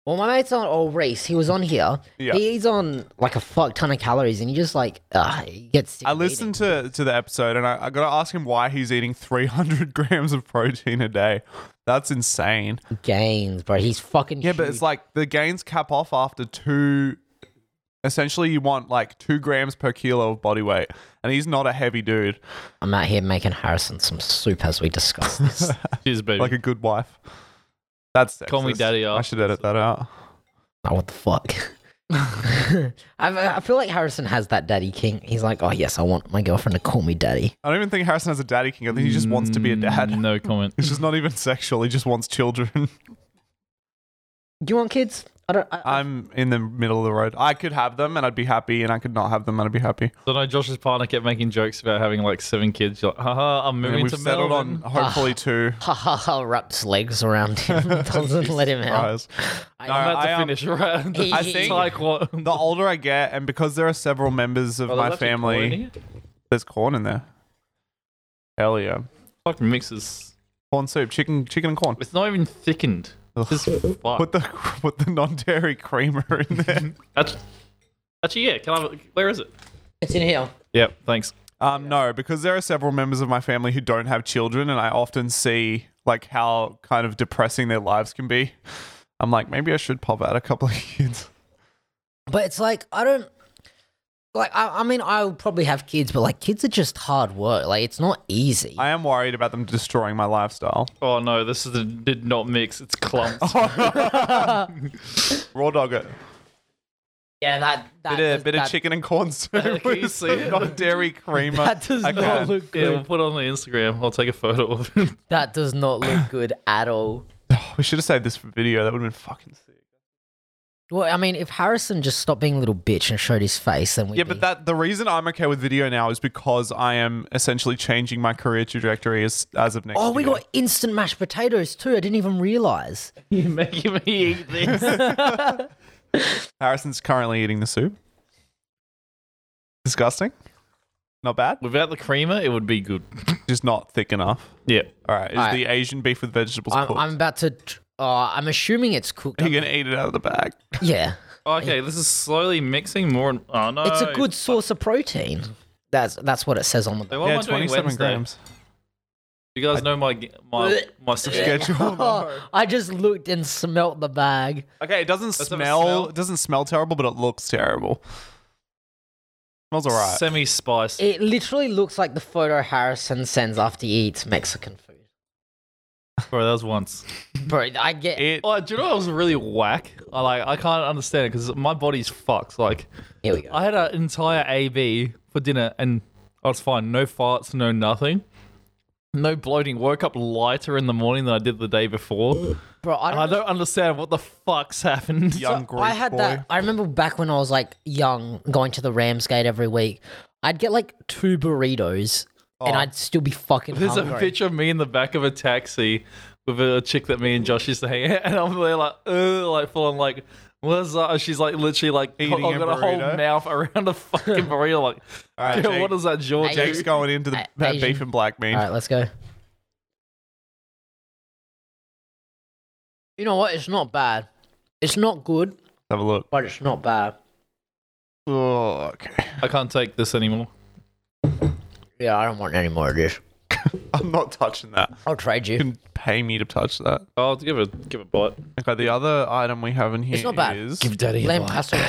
Speaker 1: Well, my mate's on. Oh, Reese, he was on here.
Speaker 3: Yeah.
Speaker 1: He's on like a fuck ton of calories, and he just like uh, he gets. Sick
Speaker 3: I
Speaker 1: of
Speaker 3: listened to, to the episode, and I, I got to ask him why he's eating 300 *laughs* grams of protein a day. That's insane.
Speaker 1: eating gains, bro. He's fucking.
Speaker 3: Yeah, but it's like the gains cap off after two. Essentially, you want like two grams per kilo of body weight, and he's not a heavy dude,
Speaker 1: I'm out here making Harrison some soup as we discuss this.
Speaker 2: *laughs* Cheers, baby.
Speaker 3: like a good wife. That's sexist.
Speaker 2: Call me daddy,
Speaker 3: I
Speaker 2: Al.
Speaker 3: should edit that out.
Speaker 1: oh, what the fuck? *laughs* I, I feel like Harrison has that daddy king. He's like, oh yes, I want my girlfriend to call me daddy.
Speaker 3: I don't even think Harrison has a daddy king. I think he just wants to be a *laughs* dad.
Speaker 2: Mm, No comment.
Speaker 3: It's just not even sexual. He just wants children. *laughs*
Speaker 1: Do you want kids? I don't. I,
Speaker 3: I'm in the middle of the road. I could have them and I'd be happy, and I could not have them and I'd be happy.
Speaker 2: So no, Josh's partner kept making jokes about having like seven kids. You're like, haha, I'm
Speaker 3: And
Speaker 2: moving
Speaker 3: we've
Speaker 2: to
Speaker 3: settled
Speaker 2: Melbourne. Ah.
Speaker 3: on
Speaker 2: *laughs*
Speaker 3: hopefully two.
Speaker 1: *laughs* ha ha ha! Wraps legs around him. *laughs* Doesn't let him
Speaker 3: *laughs*
Speaker 1: out.
Speaker 3: Surprise.
Speaker 1: I-
Speaker 3: No,
Speaker 2: I'm about
Speaker 3: *laughs* I,
Speaker 2: to
Speaker 3: um,
Speaker 2: finish around. *laughs*
Speaker 1: He-
Speaker 2: I
Speaker 1: he-
Speaker 2: think
Speaker 1: he-
Speaker 2: like
Speaker 3: *laughs*
Speaker 2: what
Speaker 3: The older I get, and because there are several members of
Speaker 2: Oh,
Speaker 3: my
Speaker 2: there's actually
Speaker 3: family,
Speaker 2: corn in here?
Speaker 3: there's corn in there. Hell yeah.
Speaker 2: Fuck mixes.
Speaker 3: Corn soup, chicken, chicken and corn.
Speaker 2: It's not even thickened. It's Just fuck.
Speaker 3: Put the *laughs* put the non-dairy creamer in there.
Speaker 2: actually, actually, yeah. Can I? Have, a- where is it?
Speaker 1: It's in here.
Speaker 2: Yep. Thanks.
Speaker 3: Um, no, because there are several members of my family who don't have children, and I often see like how kind of depressing their lives can be. I'm like, maybe I should pop out a couple of *laughs* kids.
Speaker 1: But it's like I don't like. I, I mean, I'll probably have kids, but like kids are just hard work. Like it's not easy.
Speaker 3: I am worried about them destroying my lifestyle.
Speaker 2: Oh no, this is a, did not mix. It's clumps.
Speaker 3: Raw dog it.
Speaker 1: yeah, that that
Speaker 3: Bit
Speaker 1: does-
Speaker 3: of, bit
Speaker 1: that,
Speaker 3: of chicken and corn soup
Speaker 2: can you
Speaker 3: with *laughs*
Speaker 2: see it?
Speaker 3: some dairy creamer.
Speaker 1: *laughs* That does
Speaker 3: I
Speaker 1: not
Speaker 3: can.
Speaker 1: look
Speaker 2: yeah,
Speaker 1: good.
Speaker 2: we'll put it on the Instagram. I'll take a photo of it.
Speaker 1: That does
Speaker 3: *laughs*
Speaker 1: not look good at all.
Speaker 3: Oh, We should have saved this for video. That would have been fucking sick.
Speaker 1: Well, I mean, if Harrison just stopped being a little bitch and showed his face, then we
Speaker 3: Yeah, but that the reason I'm okay with video now is because I am essentially changing my career trajectory as, as of next.
Speaker 1: Oh, we
Speaker 3: year.
Speaker 1: got instant mashed potatoes too. I didn't even realize.
Speaker 2: You're making me eat this.
Speaker 3: Harrison's currently eating the soup. Disgusting. Not bad.
Speaker 2: Without the creamer, it would be good.
Speaker 3: Just not thick enough.
Speaker 2: Yeah.
Speaker 3: All right. Is
Speaker 1: All right.
Speaker 3: the Asian beef with vegetables
Speaker 1: I'm,
Speaker 3: cooked? *laughs*
Speaker 1: I'm about to. tr- Uh, I'm assuming it's cooked.
Speaker 3: Are
Speaker 1: up-
Speaker 3: you gonna eat it out of the bag?
Speaker 1: Yeah,
Speaker 2: Okay, this is slowly mixing more. And, oh no,
Speaker 1: *laughs* it's a good source of protein. That's that's what it says on the.
Speaker 2: So what am I doing Wednesday? You guys know my my
Speaker 1: *laughs*
Speaker 2: my schedule.
Speaker 1: Oh, I just looked and smelt the bag.
Speaker 3: Okay, it doesn't
Speaker 2: Does it
Speaker 3: smell,
Speaker 2: smell?
Speaker 3: It doesn't smell terrible, but it looks terrible. Smells alright.
Speaker 2: Semi spice.
Speaker 1: It literally looks like the photo Harrison sends after he eats Mexican food.
Speaker 2: Bro, that was once.
Speaker 1: Bro, I get
Speaker 3: it
Speaker 2: Well, do you know what was really whack? I like I can't understand it because my body's fucked. Like
Speaker 1: Here we go.
Speaker 2: I had an entire AB for dinner and I was fine. No farts, no nothing. No bloating. Woke up lighter in the morning than I did the day before.
Speaker 1: Bro, I don't,
Speaker 2: I don't understand what the fuck's happened.
Speaker 3: young Greek
Speaker 1: I had
Speaker 3: boy.
Speaker 1: that. I remember back when I was like young, going to the Ramsgate every week. I'd get like two burritos,
Speaker 3: Oh.
Speaker 1: and I'd still be fucking
Speaker 2: *laughs* There's a
Speaker 1: hungry.
Speaker 2: picture of me in the back of a taxi with a chick that me and Josh used to hang out, *laughs* and I'm there like, ugh, like full on like, what's up? And she's like literally like,
Speaker 3: Eating
Speaker 2: I've
Speaker 3: a
Speaker 2: got a, whole
Speaker 3: burrito?
Speaker 2: mouth around a
Speaker 3: *laughs*
Speaker 2: fucking burrito. Like,
Speaker 3: Alright,
Speaker 2: "Girl,
Speaker 3: Jake.
Speaker 2: what is that, George?
Speaker 3: Jake's going into the
Speaker 1: A-
Speaker 3: that
Speaker 1: Asian.
Speaker 3: beef and black bean.
Speaker 1: All right, let's go. You know what? It's not bad. It's not good,
Speaker 3: Have a look.
Speaker 1: but it's not bad.
Speaker 3: Oh, okay. *laughs*
Speaker 2: I can't take this anymore.
Speaker 1: Yeah, I don't want any more of this.
Speaker 3: I'm not touching that.
Speaker 1: I'll trade
Speaker 3: You
Speaker 1: you.
Speaker 3: can pay me to touch that.
Speaker 2: I'll give it give it a bite.
Speaker 3: Okay, the other item we have in here
Speaker 1: It's not bad.
Speaker 3: is
Speaker 2: Daddy
Speaker 1: Lamb casserole.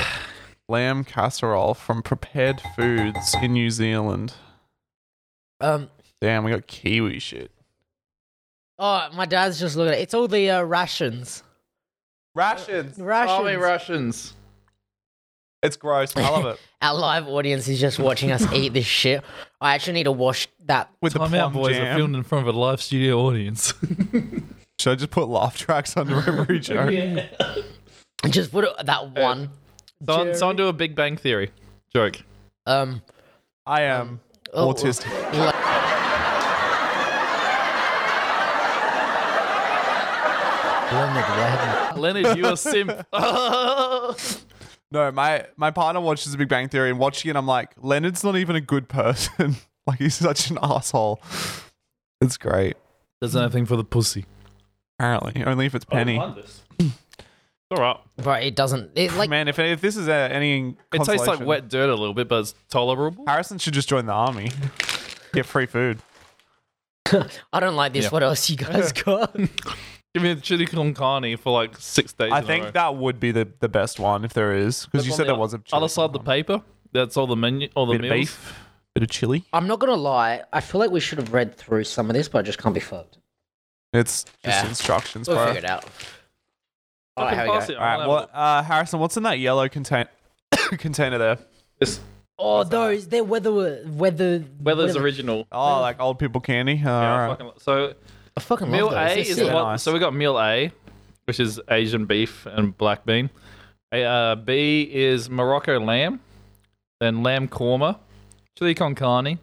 Speaker 3: lamb casserole from Prepared Foods in New Zealand.
Speaker 1: Um.
Speaker 3: Damn, we got Kiwi shit.
Speaker 1: Oh, my dad's just looking at it. It's all the uh, rations.
Speaker 3: Rations.
Speaker 2: Oh,
Speaker 1: Rations.
Speaker 2: Russians.
Speaker 3: It's gross. I
Speaker 2: *laughs*
Speaker 3: love it.
Speaker 1: Our live audience is just watching us eat this shit. I actually need to wash that.
Speaker 3: With the
Speaker 2: Time out,
Speaker 3: plum
Speaker 2: boys. I
Speaker 3: jam.
Speaker 2: filmed in front of a live studio
Speaker 3: *laughs*
Speaker 2: audience.
Speaker 3: Should I just put laugh tracks under
Speaker 2: *laughs*
Speaker 3: every joke?
Speaker 1: Just put it, that one.
Speaker 2: someone, someone do a Big Bang Theory joke.
Speaker 1: Um.
Speaker 3: I am
Speaker 1: oh,
Speaker 3: autistic.
Speaker 1: Leonard Wagner.
Speaker 2: *laughs* Leonard, you a *laughs* simp.
Speaker 3: No, my my partner watches The Big Bang Theory and watching it, I'm like, Leonard's not even a good person. *laughs* like he's such an asshole. It's great.
Speaker 2: There's nothing for the pussy.
Speaker 3: Apparently, only if it's Penny.
Speaker 2: All right.
Speaker 1: Bro, it doesn't. It like
Speaker 3: Man, if, if this is uh, any,
Speaker 2: It tastes like
Speaker 3: consolation,
Speaker 2: wet dirt a little bit, but it's tolerable.
Speaker 3: Harrison should just join the army. Get free food.
Speaker 1: I don't like this.
Speaker 2: Yeah.
Speaker 1: What else you guys got?
Speaker 2: Give me a chili con carne for like six days.
Speaker 3: I
Speaker 2: in a row.
Speaker 3: think that would be the, the best one if there is, because you
Speaker 2: on
Speaker 3: said
Speaker 2: the
Speaker 3: there was a chili
Speaker 2: other side of the
Speaker 3: con
Speaker 2: paper. That's all the menu, all the
Speaker 3: bit of
Speaker 2: meals.
Speaker 3: beef, bit of chili.
Speaker 1: I'm not gonna lie. I feel like we should have read through some of this, but I just can't be fucked.
Speaker 3: It's just
Speaker 1: Yeah.
Speaker 3: instructions,
Speaker 1: We'll
Speaker 3: bro.
Speaker 1: figure it out. All right,
Speaker 2: Fucking
Speaker 1: here we
Speaker 2: pass
Speaker 1: go.
Speaker 2: it,
Speaker 3: Oh, All
Speaker 2: I'll
Speaker 3: right,
Speaker 2: have
Speaker 3: what uh, Harrison? What's in that yellow contain- *coughs* container there?
Speaker 2: It's
Speaker 1: Oh, those they're weather weather
Speaker 2: Weather's original.
Speaker 3: Oh, like old people candy. Oh,
Speaker 2: Yeah, I
Speaker 3: all right.
Speaker 2: fucking lo- so
Speaker 1: I fucking
Speaker 2: meal
Speaker 1: love those.
Speaker 2: A
Speaker 1: They're
Speaker 2: is
Speaker 1: sick.
Speaker 2: what.
Speaker 3: Nice.
Speaker 2: So we got meal A, which is Asian beef and black bean. A, uh, B is Morocco lamb, then lamb korma, chili con carne,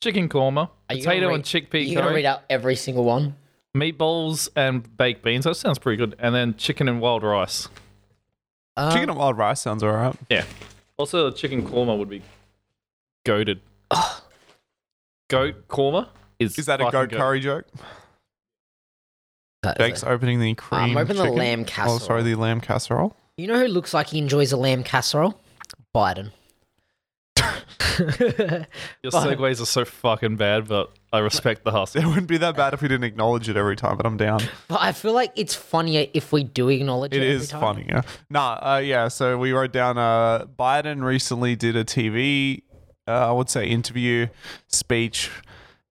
Speaker 2: chicken korma,
Speaker 1: Are you gonna
Speaker 2: potato
Speaker 1: read-
Speaker 2: and chickpea
Speaker 1: You gonna
Speaker 2: curry.
Speaker 1: read out every single one?
Speaker 2: meatballs and baked beans. That sounds pretty good. And then chicken and wild rice.
Speaker 1: Um,
Speaker 3: Uh, Chicken and wild Oh, rice sounds all right.
Speaker 2: Yeah. Also, the chicken korma would be goaded. goat korma is
Speaker 3: Is that a
Speaker 2: fucking
Speaker 3: goat
Speaker 2: good.
Speaker 3: curry joke?
Speaker 1: that is
Speaker 3: Jake's
Speaker 1: it.
Speaker 3: opening the cream.
Speaker 1: I'm opening the
Speaker 3: chicken-
Speaker 1: lamb casserole.
Speaker 3: Oh, sorry, the lamb casserole. *laughs*
Speaker 1: You know who looks like he enjoys a lamb casserole? Biden.
Speaker 2: Your segues are so fucking bad, but I respect the hustle.
Speaker 3: It wouldn't be that bad if we didn't acknowledge it every time, but I'm down.
Speaker 1: But I feel like it's funnier if we do acknowledge it.
Speaker 3: It
Speaker 1: every
Speaker 3: is
Speaker 1: time.
Speaker 3: funny. Yeah. Nah. Uh, yeah. So we wrote down. Uh, Biden recently did a TV, uh, I would say, interview speech,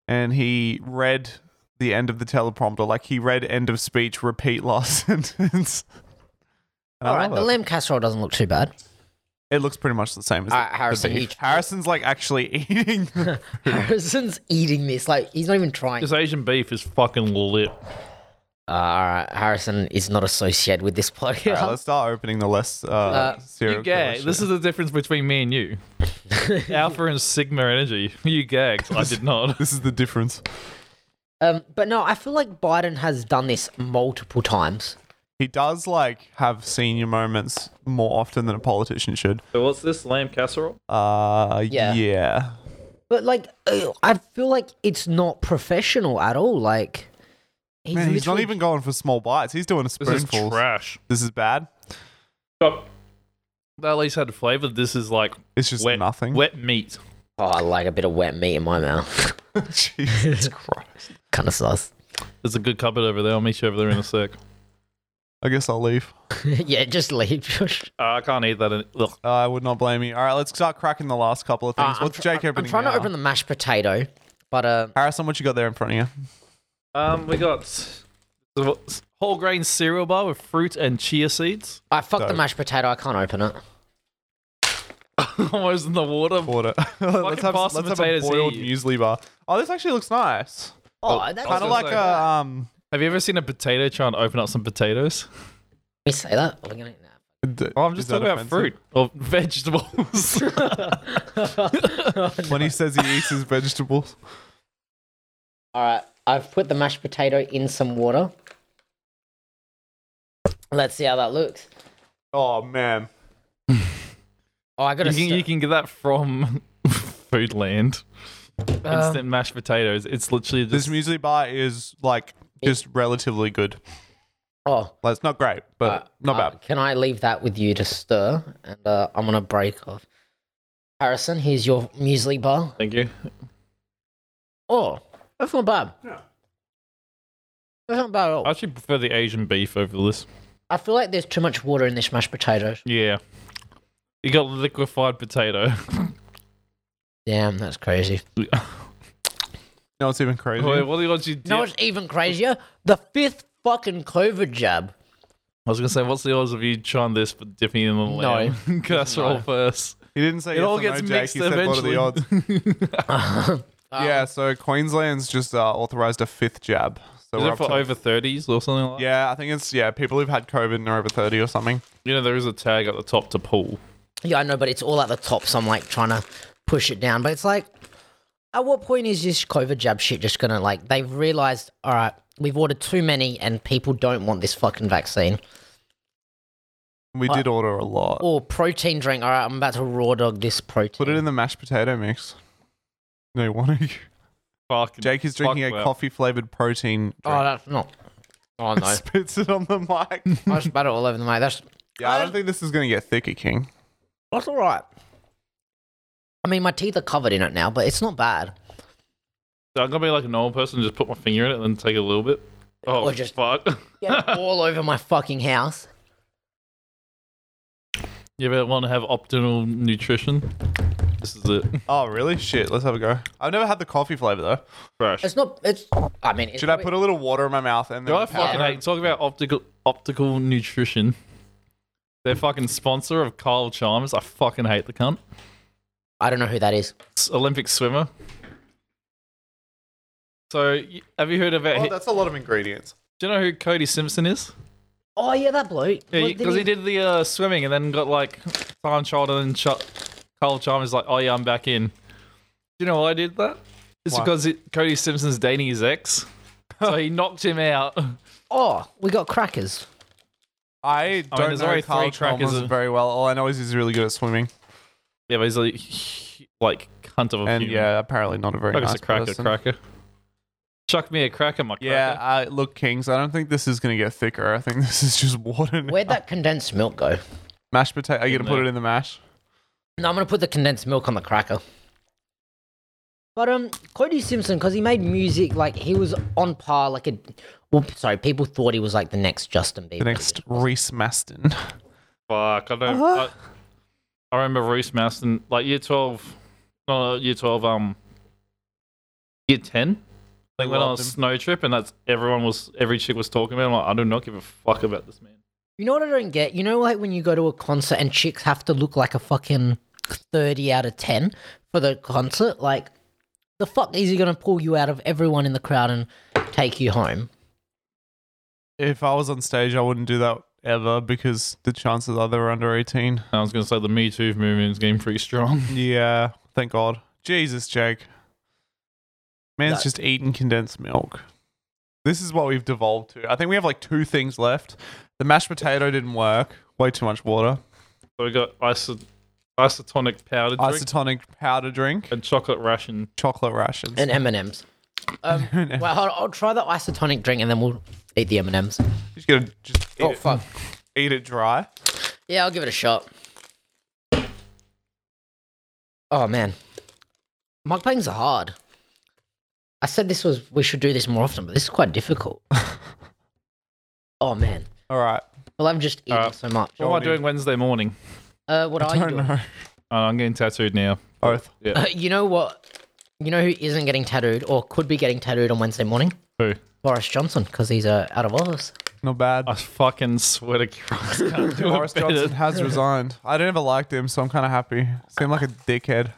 Speaker 3: and he read the end of the teleprompter. Like he read end of speech, repeat last *laughs* sentence. And I
Speaker 1: All right,
Speaker 3: love
Speaker 1: the
Speaker 3: it.
Speaker 1: lamb casserole doesn't look too bad.
Speaker 3: It looks pretty much the same as
Speaker 1: All
Speaker 3: the-
Speaker 1: right,
Speaker 3: the
Speaker 1: Harrison,
Speaker 3: beef.
Speaker 1: you try-
Speaker 3: *laughs* Harrison's like actually *laughs* eating. the-
Speaker 1: Harrison's eating this like he's not even trying.
Speaker 2: This Asian beef is fucking lit.
Speaker 1: Uh, all right, Harrison is not associated with this podcast.
Speaker 3: All right, let's start opening the list. Uh, serial
Speaker 2: You gag.
Speaker 3: killer
Speaker 2: This
Speaker 3: shit.
Speaker 2: is the difference between me and *laughs* you. Alpha and Sigma energy. *laughs* You gagged. I did not.
Speaker 3: this is the difference.
Speaker 1: *laughs* um, but no, I feel like Biden has done this multiple times.
Speaker 3: He does like have senior moments more often than a politician should.
Speaker 2: *laughs* So what's this lamb casserole?
Speaker 3: Uh,
Speaker 1: Yeah.
Speaker 3: yeah. yeah.
Speaker 1: But like, ugh, I feel like it's not professional at all. Like, he's,
Speaker 3: Man, he's not
Speaker 1: literally-
Speaker 3: even going for small bites. He's doing a
Speaker 2: This is
Speaker 3: spoonful.
Speaker 2: trash.
Speaker 3: this is bad.
Speaker 2: That at least had flavour. This is like
Speaker 3: It's just
Speaker 2: wet,
Speaker 3: nothing. *laughs*
Speaker 2: wet meat.
Speaker 1: Oh, I like a bit of wet meat in my *laughs* mouth.
Speaker 3: Jesus Christ.
Speaker 1: kind of sus.
Speaker 2: There's a good cupboard over there. I'll meet you over there in a sec.
Speaker 3: I guess I'll leave.
Speaker 1: *laughs* yeah, just leave, Josh.
Speaker 2: *laughs* Uh, I can't eat that. In- Ugh.
Speaker 3: I would not blame you. All right, let's start cracking the last couple of
Speaker 1: Uh,
Speaker 3: things. What's
Speaker 1: tr-
Speaker 3: Jake opening?
Speaker 1: I'm trying to
Speaker 3: now?
Speaker 1: open the mashed potato, but uh,
Speaker 3: Harrison, what you got there in front of you?
Speaker 1: *laughs*
Speaker 2: Um, we got the whole grain cereal bar with fruit and chia seeds. *laughs*
Speaker 1: I fucked the
Speaker 3: Dope.
Speaker 1: mashed potato. I can't open it.
Speaker 2: Almost in the water.
Speaker 3: Water. *laughs* let's have,
Speaker 2: pass the
Speaker 3: let's have a
Speaker 2: potatoes
Speaker 3: boiled
Speaker 2: here.
Speaker 3: muesli bar. Oh, this actually looks nice.
Speaker 1: Oh,
Speaker 2: I
Speaker 1: that's
Speaker 2: was
Speaker 3: Kind of
Speaker 2: gonna
Speaker 3: like
Speaker 2: say-
Speaker 3: a um.
Speaker 2: Have you ever seen a potato try and open up some potatoes?
Speaker 1: Let me say that. We're gonna- no.
Speaker 3: d-
Speaker 2: Oh, I'm just
Speaker 3: is that
Speaker 2: talking about
Speaker 3: offensive?
Speaker 2: fruit or *laughs* vegetables.
Speaker 3: When he says he eats
Speaker 1: *laughs*
Speaker 3: his vegetables,
Speaker 1: All right, I've put the mashed potato in some water. Let's see how that looks.
Speaker 3: oh man,
Speaker 1: Oh, I gotta.
Speaker 2: you, can, you can get that from *laughs* Foodland.
Speaker 1: Uh,
Speaker 2: Instant mashed potatoes. It's literally
Speaker 3: this
Speaker 2: just
Speaker 3: muesli bar is like just relatively good.
Speaker 1: oh,
Speaker 3: Like it's not great, but
Speaker 1: Uh,
Speaker 3: not
Speaker 1: uh,
Speaker 3: bad.
Speaker 1: Can I leave that with you to stir? And uh, I'm gonna break off. Harrison, here's your muesli bar.
Speaker 2: Thank you.
Speaker 1: Oh, that's not bad. That's not bad at all.
Speaker 2: I actually prefer the Asian beef over this.
Speaker 1: I feel like there's too much water in this mashed potatoes.
Speaker 2: Yeah. You got liquefied potato. *laughs*
Speaker 1: Damn, that's crazy.
Speaker 3: No, it's even crazy.
Speaker 2: Wait, what do you want you
Speaker 1: You know what's even crazier? The fifth fucking COVID jab.
Speaker 2: I was gonna say, what's the odds of you trying this but dipping in the lamb *laughs* casserole first?
Speaker 3: He didn't say
Speaker 2: It
Speaker 3: yes
Speaker 2: all
Speaker 3: or
Speaker 2: gets
Speaker 3: no, Jake.
Speaker 2: mixed
Speaker 3: He said what are
Speaker 2: eventually.
Speaker 3: the odds?
Speaker 2: *laughs*
Speaker 3: *laughs* yeah, so Queensland's just uh, authorized a fifth jab. So
Speaker 2: Is
Speaker 3: we're
Speaker 2: it
Speaker 3: up
Speaker 2: for
Speaker 3: to-
Speaker 2: over thirties or something like? that?
Speaker 3: yeah, I think it's yeah people who've had COVID and are over thirty or something.
Speaker 2: You know, there is a tag at the top to pull.
Speaker 1: Yeah, I know, but it's all at the top, so I'm like trying to push it down. But it's like, at what point is this COVID jab shit just gonna like? They've realized, all right, we've ordered too many, and people don't want this fucking vaccine
Speaker 3: We did order a lot.
Speaker 1: or protein drink. All right, I'm about to raw dog this protein.
Speaker 3: Put it in the mashed potato mix. No, want to?
Speaker 2: Fuck.
Speaker 3: *laughs* Jake is
Speaker 2: fuck
Speaker 3: drinking a
Speaker 2: that.
Speaker 3: coffee flavored protein.
Speaker 1: oh,
Speaker 3: Drink.
Speaker 1: that's not. Oh
Speaker 3: *laughs*
Speaker 1: no,
Speaker 3: Spits it on the mic. *laughs*
Speaker 1: I just spat it all over the mate. That's
Speaker 3: yeah, I don't think this is gonna get thicker, King.
Speaker 1: that's all right. I mean, my teeth are covered in it now, but it's not bad.
Speaker 2: So I'm gonna be like a normal person, just put my finger in it and then take a little bit. Oh,
Speaker 1: Or just-
Speaker 2: fuck. *laughs*
Speaker 1: Get it *laughs* all over my fucking house.
Speaker 2: you ever want to have optimal nutrition? This is it.
Speaker 3: Oh really? Shit. Let's have a go. I've never had the coffee flavor though.
Speaker 2: Fresh.
Speaker 1: It's not. It's. I mean, it's
Speaker 3: Should I put a little water in my mouth and then?
Speaker 2: Do I
Speaker 3: the powder?
Speaker 2: fucking hate talk about optical optical nutrition? They're fucking sponsor of Kyle Chalmers. I fucking hate the cunt.
Speaker 1: I don't know who that is.
Speaker 2: S- Olympic swimmer. So y- have you heard about?
Speaker 3: Oh,
Speaker 2: hi-
Speaker 3: that's a lot of ingredients.
Speaker 2: do you know who Cody Simpson is?
Speaker 1: Oh yeah, that bloke.
Speaker 2: Yeah,
Speaker 1: What did
Speaker 2: because he did the uh, swimming and then got like time trialed and then shot. Kyle Chalmers like, oh yeah, I'm back in. Do you know why I did that? It's
Speaker 3: Why?
Speaker 2: because it, Cody Simpson's dating his *laughs* ex, so he knocked him out.
Speaker 1: Oh, we got crackers.
Speaker 3: I don't
Speaker 2: there's
Speaker 3: know
Speaker 2: already
Speaker 3: Carl
Speaker 2: three crackers
Speaker 3: Chalmers
Speaker 2: in-
Speaker 3: very well. All I know is he's really good at swimming,
Speaker 2: Yeah, but he's like, like cunt of a
Speaker 3: and
Speaker 2: human.
Speaker 3: yeah, apparently not a very
Speaker 2: Chuck us
Speaker 3: nice
Speaker 2: a cracker,
Speaker 3: person.
Speaker 2: cracker. Chuck me a cracker, my cracker.
Speaker 3: Yeah, uh, look, Kings. I don't think this is gonna get thicker. I think *laughs* this is just water. now.
Speaker 1: Where'd that condensed milk go?
Speaker 3: mashed potato? Are you gonna
Speaker 2: No.
Speaker 3: put it in the mash?
Speaker 1: No, I'm gonna put the condensed milk on the cracker. But um, Cody Simpson, because he made music, like he was on par, like a. Well, sorry, people thought he was like the next Justin Bieber.
Speaker 3: The next Reese Maston. *laughs*
Speaker 2: Fuck, I don't.
Speaker 3: Uh-huh.
Speaker 2: I, I remember Reese Maston, like year twelve, no, year twelve, um, year ten. They went on a
Speaker 3: loved him.
Speaker 2: snow trip, and that's everyone was every chick was talking about. him. I'm like, I do not give a fuck about this man.
Speaker 1: You know what I don't get? You know, like when you go to a concert and chicks have to look like a fucking thirty out of ten for the concert. Like, the fuck is he gonna pull you out of everyone in the crowd and take you home?
Speaker 3: if I was on stage, I wouldn't do that ever because the chances are they're under 18.
Speaker 2: I was going to say the Me Too movement is getting pretty strong. *laughs*
Speaker 3: Yeah, thank God. Jesus, Jake. Man's
Speaker 1: That-
Speaker 3: just eating condensed milk. This is what we've devolved to. I think we have like two things left. The mashed potato didn't work. Way too much water.
Speaker 2: So we got iso- isotonic powder drink
Speaker 3: Isotonic powder drink.
Speaker 2: and chocolate ration.
Speaker 3: Chocolate rations.
Speaker 1: and M and M's.
Speaker 3: *laughs*
Speaker 1: Um, well, I'll, I'll try the isotonic drink and then we'll eat the M and M's.
Speaker 3: just gonna just eat,
Speaker 1: Oh
Speaker 3: it,
Speaker 1: fuck!
Speaker 3: *laughs* eat it dry.
Speaker 1: Yeah, I'll give it a shot. Oh man, mukbangs are hard. I said this was we should do this more often, but this is quite difficult. *laughs* oh man,
Speaker 3: All right.
Speaker 1: well I've just eaten
Speaker 2: Alright.
Speaker 1: so much.
Speaker 2: What am I doing Wednesday morning?
Speaker 1: Uh, what are you
Speaker 3: Uh, I don't
Speaker 1: doing? Uh,
Speaker 3: know.
Speaker 2: Oh, I'm getting tattooed now.
Speaker 3: Both.
Speaker 2: Yeah.
Speaker 1: you know what? You know who isn't getting tattooed or could be getting tattooed on Wednesday morning?
Speaker 2: Who?
Speaker 1: Boris Johnson, because he's uh, out of office.
Speaker 3: Not bad.
Speaker 2: I fucking *laughs* swear to Christ. Can't do
Speaker 3: Boris
Speaker 2: it better.
Speaker 3: Johnson has resigned. I never liked him, so I'm kind of happy. Seemed like a dickhead.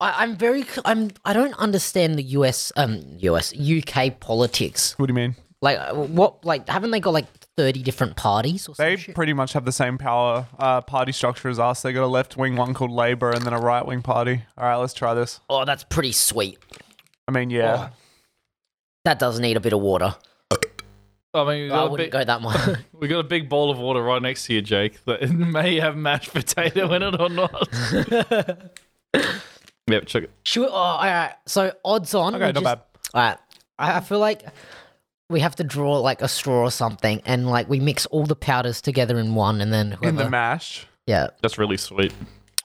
Speaker 1: I, I'm very. c- I'm. I don't understand the U.S. Um, U.S. UK politics.
Speaker 3: What do you mean?
Speaker 1: Like uh, what? Like haven't they got like thirty different parties or
Speaker 3: They
Speaker 1: something?
Speaker 3: pretty much have the same power uh, party structure as us. They got a left wing one called Labour and then a right wing party. All right, let's try this.
Speaker 1: Oh, that's pretty sweet.
Speaker 3: I mean, yeah.
Speaker 1: That does need a bit of water.
Speaker 2: I mean, we
Speaker 1: I
Speaker 2: got, a
Speaker 1: wouldn't
Speaker 2: big,
Speaker 1: go that
Speaker 3: *laughs*
Speaker 1: much.
Speaker 2: we got a big bowl of water right next to you, Jake, that *laughs* may have mashed potato in it or not. yep, check it.
Speaker 1: Should, oh, all right. So odds on.
Speaker 3: Okay,
Speaker 1: we
Speaker 3: not
Speaker 1: Oh. just-
Speaker 3: bad.
Speaker 1: All right. I, I feel like we have to draw like a straw or something, and like we mix all the powders together in one, and then whoever.
Speaker 3: In the mash.
Speaker 1: yeah.
Speaker 2: That's really sweet.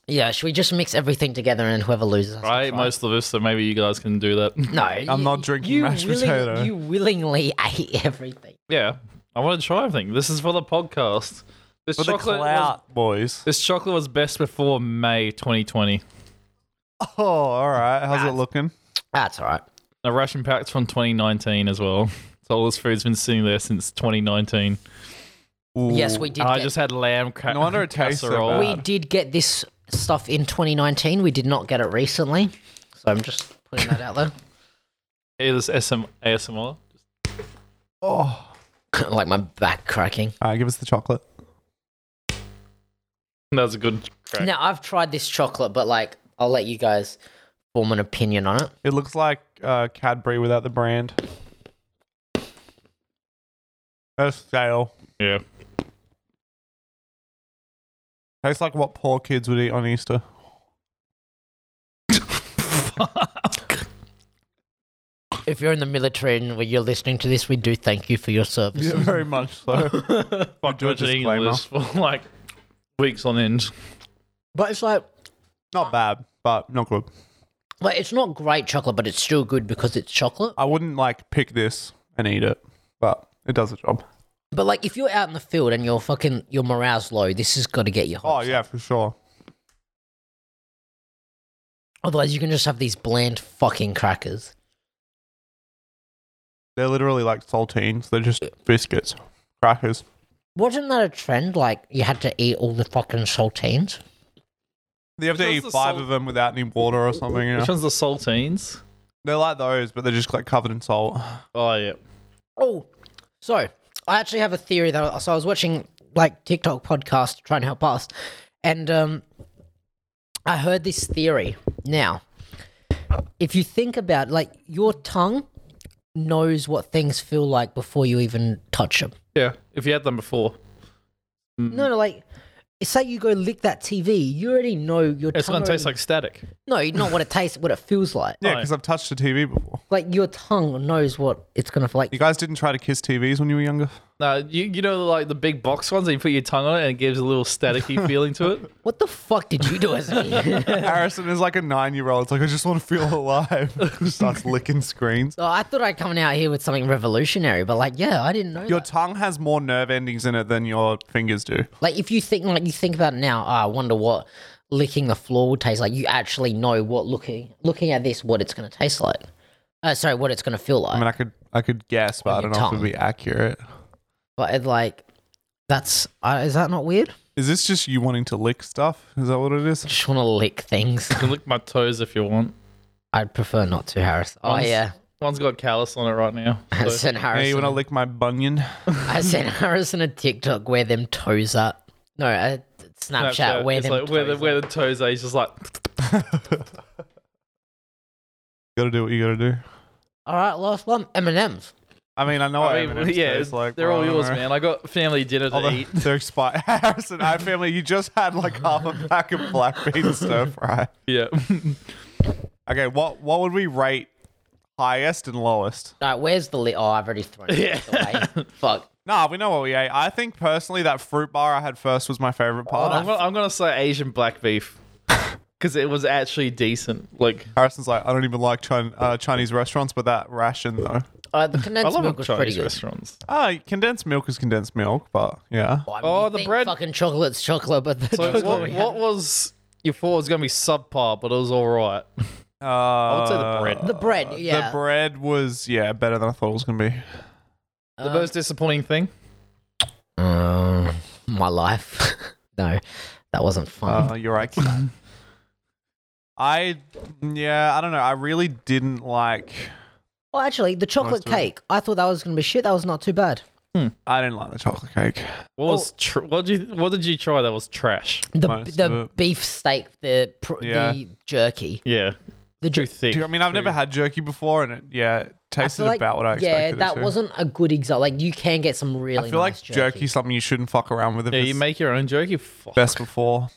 Speaker 1: Yeah. Should we just mix everything together, and whoever loses? has to
Speaker 2: I ate most of this, so maybe you guys can do that.
Speaker 1: No,
Speaker 3: I'm not drinking mashed potato.
Speaker 1: You willingly *laughs* ate everything.
Speaker 2: Yeah, I want to try everything. This is for the podcast. This
Speaker 3: For the
Speaker 2: chocolate, was,
Speaker 3: clout, boys.
Speaker 2: this chocolate was best before May 2020.
Speaker 3: Oh, all right. How's it looking?
Speaker 1: That's all right.
Speaker 2: The ration pack's from 2019 as well. So all this food's been sitting there since 2019.
Speaker 1: Yes,
Speaker 3: Ooh.
Speaker 1: we did.
Speaker 2: And I
Speaker 1: get,
Speaker 2: just had lamb ca-
Speaker 3: No wonder it tastes so
Speaker 2: casserole.
Speaker 1: we did get this stuff in 2019. We did not get it recently, so I'm just putting that out
Speaker 3: *laughs*
Speaker 1: there. *coughs*
Speaker 2: Hear this SM- ASMR?
Speaker 3: Oh.
Speaker 1: like my back cracking.
Speaker 3: All right, give us the chocolate.
Speaker 2: That was a good crack.
Speaker 1: Now I've tried this chocolate, but like I'll let you guys form an opinion on it.
Speaker 3: It looks like uh, Cadbury without the brand. That's stale.
Speaker 2: Yeah.
Speaker 3: Tastes like what poor kids would eat on Easter.
Speaker 1: If you're in the military and when you're listening to this, we do thank you for your service.
Speaker 3: Yeah, *laughs* very much
Speaker 2: *laughs*
Speaker 3: so.
Speaker 2: Fuck
Speaker 3: do a
Speaker 2: George
Speaker 3: disclaimer.
Speaker 2: English for like weeks on end.
Speaker 1: But it's like,
Speaker 3: not bad, but not good.
Speaker 1: like it's not great chocolate, but it's still good because it's chocolate.
Speaker 3: I wouldn't like pick this and eat it, but it does the job.
Speaker 1: But like, if you're out in the field and your fucking your morale's low, this has got to get you hot.
Speaker 3: Oh yeah, for sure.
Speaker 1: Otherwise, you can just have these bland fucking crackers.
Speaker 3: They're literally like saltines. They're just biscuits, crackers.
Speaker 1: Wasn't that a trend? Like you had to eat all the fucking saltines.
Speaker 3: You have to
Speaker 2: Which
Speaker 3: eat
Speaker 2: one's the
Speaker 3: five
Speaker 2: salt-
Speaker 3: of them without any water or something. You know?
Speaker 2: Which one's the saltines?
Speaker 3: They're like those, but they're just like covered in salt.
Speaker 2: Oh, yeah.
Speaker 1: Oh, so I actually have a theory though. So I was watching like TikTok podcast to try and help us, and um, I heard this theory. Now, if you think about like your tongue knows what things feel like before you even touch them.
Speaker 2: Yeah. If you had them before,
Speaker 1: No, no, like say you go lick that TV, you already know your
Speaker 2: it's
Speaker 1: tongue.
Speaker 2: going to taste
Speaker 1: already-
Speaker 2: like static.
Speaker 1: no, not what it tastes, what it feels like.
Speaker 3: Yeah, because I've touched a TV before.
Speaker 1: Like your tongue knows what it's gonna feel
Speaker 3: You
Speaker 1: like.
Speaker 3: guys didn't try to kiss TVs when you were younger.
Speaker 2: No, you, you know, like the big box ones, and you put your tongue on it and it gives a
Speaker 1: *laughs*
Speaker 2: little staticky feeling to it.
Speaker 1: What the fuck did you do as
Speaker 2: *laughs*
Speaker 1: me?
Speaker 3: Harrison is like a nine-year-old. It's like I just want to feel alive. *laughs* Starts licking screens.
Speaker 1: oh, I thought I'd come out here with something revolutionary, but like, yeah, I didn't know.
Speaker 3: Your
Speaker 1: that.
Speaker 3: tongue has more nerve endings in it than your fingers do.
Speaker 1: like, if you think like you think about it now, oh, I wonder what licking the floor would taste like. You actually know what looking looking at this, what it's gonna taste like. Uh, sorry, what it's gonna feel like.
Speaker 3: I mean, I could I could guess, but I
Speaker 1: your
Speaker 3: don't know if it'd be accurate.
Speaker 1: but it, like, that's uh, is that not weird?
Speaker 3: Is this just you wanting to lick stuff? Is that what it is?
Speaker 1: Just want to lick things. *laughs*
Speaker 2: You can lick my toes if you want.
Speaker 1: I'd prefer not to, Harris. Oh
Speaker 2: Honest- *laughs*
Speaker 1: yeah,
Speaker 2: One's got callus on it
Speaker 1: *laughs*
Speaker 2: right now.
Speaker 1: I
Speaker 2: so-
Speaker 1: sent
Speaker 3: Hey, you
Speaker 1: Harrison.
Speaker 3: want to lick my bunion? *laughs*
Speaker 1: I sent Harrison a TikTok where them toes are. No, a Snapchat,
Speaker 2: Snapchat,
Speaker 1: where
Speaker 2: it's
Speaker 1: them
Speaker 2: like
Speaker 1: toes
Speaker 2: where the
Speaker 1: are.
Speaker 2: where the toes are. He's just like
Speaker 3: gotta do what you gotta do.
Speaker 1: All right, last one. M and M's.
Speaker 3: I mean, I know.
Speaker 2: I
Speaker 3: I
Speaker 2: mean, yeah,
Speaker 3: it's like
Speaker 2: they're all
Speaker 3: well, I
Speaker 2: yours,
Speaker 3: don't know.
Speaker 2: man. I got family dinner to
Speaker 3: All the-
Speaker 2: eat. *laughs*
Speaker 3: *laughs* they're expired. Harrison, I family, you just had like
Speaker 2: *laughs*
Speaker 3: half a pack of black bean stir fry.
Speaker 2: Yeah.
Speaker 3: Okay, what what would we rate highest and lowest?
Speaker 1: All right, where's the li- Oh, I've already thrown
Speaker 3: *laughs*
Speaker 1: it
Speaker 2: Yeah.
Speaker 1: away. *laughs* Fuck.
Speaker 3: Nah, we know what we ate. I think personally that fruit bar I had first was my favorite part.
Speaker 2: Oh, I'm, gonna, I'm gonna say Asian
Speaker 1: *laughs*
Speaker 2: black beef because it was actually decent. Like
Speaker 3: Harrison's like, I don't even like Chin- uh, Chinese restaurants, but that ration though.
Speaker 1: Uh, the
Speaker 2: I
Speaker 1: condensed milk
Speaker 2: love
Speaker 1: was pretty
Speaker 2: Chinese
Speaker 1: good.
Speaker 2: restaurants.
Speaker 3: Ah, condensed milk is condensed milk, but
Speaker 1: I
Speaker 3: yeah.
Speaker 1: mean,
Speaker 2: Oh,
Speaker 1: you
Speaker 2: the
Speaker 1: think
Speaker 2: bread-
Speaker 1: Fucking chocolate's chocolate, but the
Speaker 2: So
Speaker 1: chocolate
Speaker 2: what,
Speaker 1: we had-
Speaker 2: what was you thought was gonna be subpar, but it was all right. I
Speaker 3: Uh, I
Speaker 2: would say the bread.
Speaker 1: the bread. Yeah.
Speaker 3: The bread was yeah better than I thought it was gonna be.
Speaker 2: The
Speaker 1: Uh,
Speaker 2: most disappointing thing.
Speaker 1: Um, my life. *laughs* no, that wasn't fun.
Speaker 2: *laughs*
Speaker 3: Uh, you're right. kid. I yeah, I don't know. I really didn't like.
Speaker 1: well, actually, the chocolate
Speaker 3: Nice to-
Speaker 1: cake. I thought that was gonna be shit. That was not too bad.
Speaker 3: I didn't like the chocolate cake.
Speaker 2: What was tr- what did you what did you try that was trash?
Speaker 1: The
Speaker 3: Most of
Speaker 1: the
Speaker 3: it.
Speaker 1: beef steak, the pr-
Speaker 3: Yeah.
Speaker 1: the jerky,
Speaker 2: Yeah,
Speaker 1: the
Speaker 2: too
Speaker 1: jerky.
Speaker 2: thick.
Speaker 3: I mean, I've never had jerky before, and it, yeah, it tasted about what I expected.
Speaker 1: yeah,
Speaker 3: it
Speaker 1: that
Speaker 3: to.
Speaker 1: wasn't a good example. Like you can get some really.
Speaker 3: I feel
Speaker 1: nice
Speaker 3: like jerky something you shouldn't fuck around with. If
Speaker 2: Yeah,
Speaker 3: it's
Speaker 2: you make your own jerky. Fuck.
Speaker 3: best before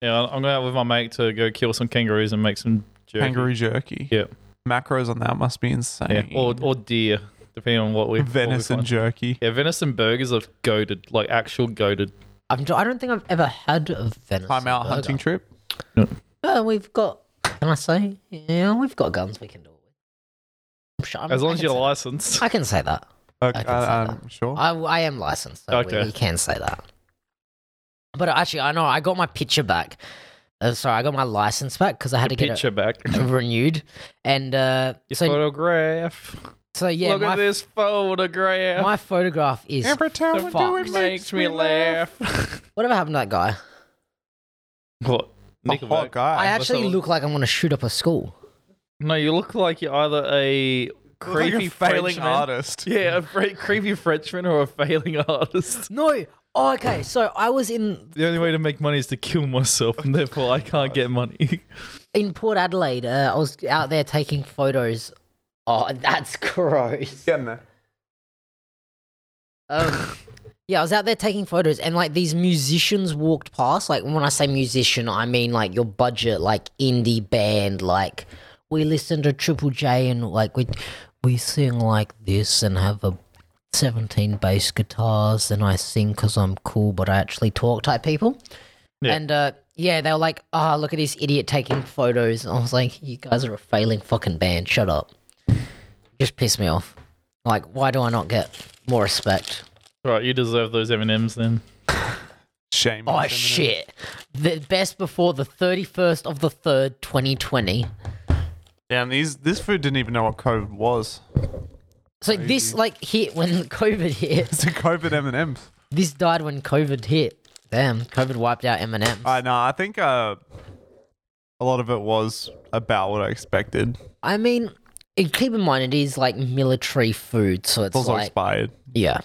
Speaker 2: Yeah, I'm going out with my mate to go kill some kangaroos and make some jerky.
Speaker 3: kangaroo jerky.
Speaker 2: Yeah.
Speaker 3: Macros on that must be
Speaker 2: Yeah,
Speaker 3: insane.
Speaker 2: or or deer, depending on what we what we
Speaker 3: venison
Speaker 2: find.
Speaker 3: jerky.
Speaker 2: yeah, venison burgers are goaded, like actual goaded.
Speaker 1: I'm, I don't think I've ever had a venison.
Speaker 3: Time out hunting
Speaker 1: burger.
Speaker 3: trip.
Speaker 1: Uh, we've got. Can I say? Yeah, we've got guns. We can do it. with. I'm sure. I'm,
Speaker 2: As long as you're
Speaker 1: like,
Speaker 2: licensed.
Speaker 1: I can say that.
Speaker 3: Okay,
Speaker 1: I can say
Speaker 3: I,
Speaker 1: that.
Speaker 3: am sure.
Speaker 1: I, I am licensed, so
Speaker 2: Okay.
Speaker 1: we, you can say that. But actually, I know I got my picture back. Uh, sorry, I got my license back because I had to get
Speaker 2: Picture back.
Speaker 1: it *laughs* renewed. And uh,
Speaker 2: Your
Speaker 1: so,
Speaker 2: photograph.
Speaker 1: so yeah,
Speaker 2: Look at
Speaker 1: my,
Speaker 2: this photograph.
Speaker 1: my photograph is
Speaker 3: Every time we
Speaker 2: the
Speaker 3: do
Speaker 2: fuck
Speaker 3: it
Speaker 2: makes me laugh.
Speaker 1: whatever happened to that guy.
Speaker 2: what?
Speaker 3: A hot
Speaker 2: Nickelback.
Speaker 1: I
Speaker 3: guy.
Speaker 1: actually
Speaker 2: all.
Speaker 1: look like I'm going to shoot up a school.
Speaker 2: No, you look like you're either a
Speaker 3: Like a
Speaker 2: creepy
Speaker 3: failing
Speaker 2: Frenchman.
Speaker 3: artist.
Speaker 2: Yeah, a fre- creepy Frenchman or a failing artist.
Speaker 1: No. Oh, okay. So I was in
Speaker 2: The only way to make money is to kill myself, and therefore I can't get money.
Speaker 1: in Port Adelaide. Uh, I was out there taking photos. Oh, that's *laughs* gross.
Speaker 3: Getting there.
Speaker 1: Um, yeah, I was out there taking photos, and like these musicians walked past. Like when I say musician, I mean like your budget, like indie band. Like we listen to Triple J, and like we we sing like this, and have a seventeen bass guitars, and I sing because I'm cool, but I actually talk type people.
Speaker 2: Yeah.
Speaker 1: And uh, yeah, they were like, "Ah, look at this idiot taking photos." And I was like, "You guys are a failing fucking band. Shut up." Just pissed me off. Like, why do I not get more respect?
Speaker 2: *laughs* right, you deserve those M and M's then.
Speaker 3: Shame.
Speaker 1: Oh
Speaker 3: on Eminem.
Speaker 1: shit! The best before the thirty first of the third, twenty twenty.
Speaker 3: Damn, these this food didn't even know what COVID was. *laughs*
Speaker 1: So this like hit when *laughs* COVID hit.
Speaker 3: It's a COVID M and M's.
Speaker 1: This died when COVID hit. Damn, COVID wiped out Eminem.
Speaker 3: I know. I think uh, a lot of it was about what I expected. It's
Speaker 1: I mean, it, keep in mind it is like military food, so it's
Speaker 3: also
Speaker 1: like
Speaker 3: expired
Speaker 1: yeah.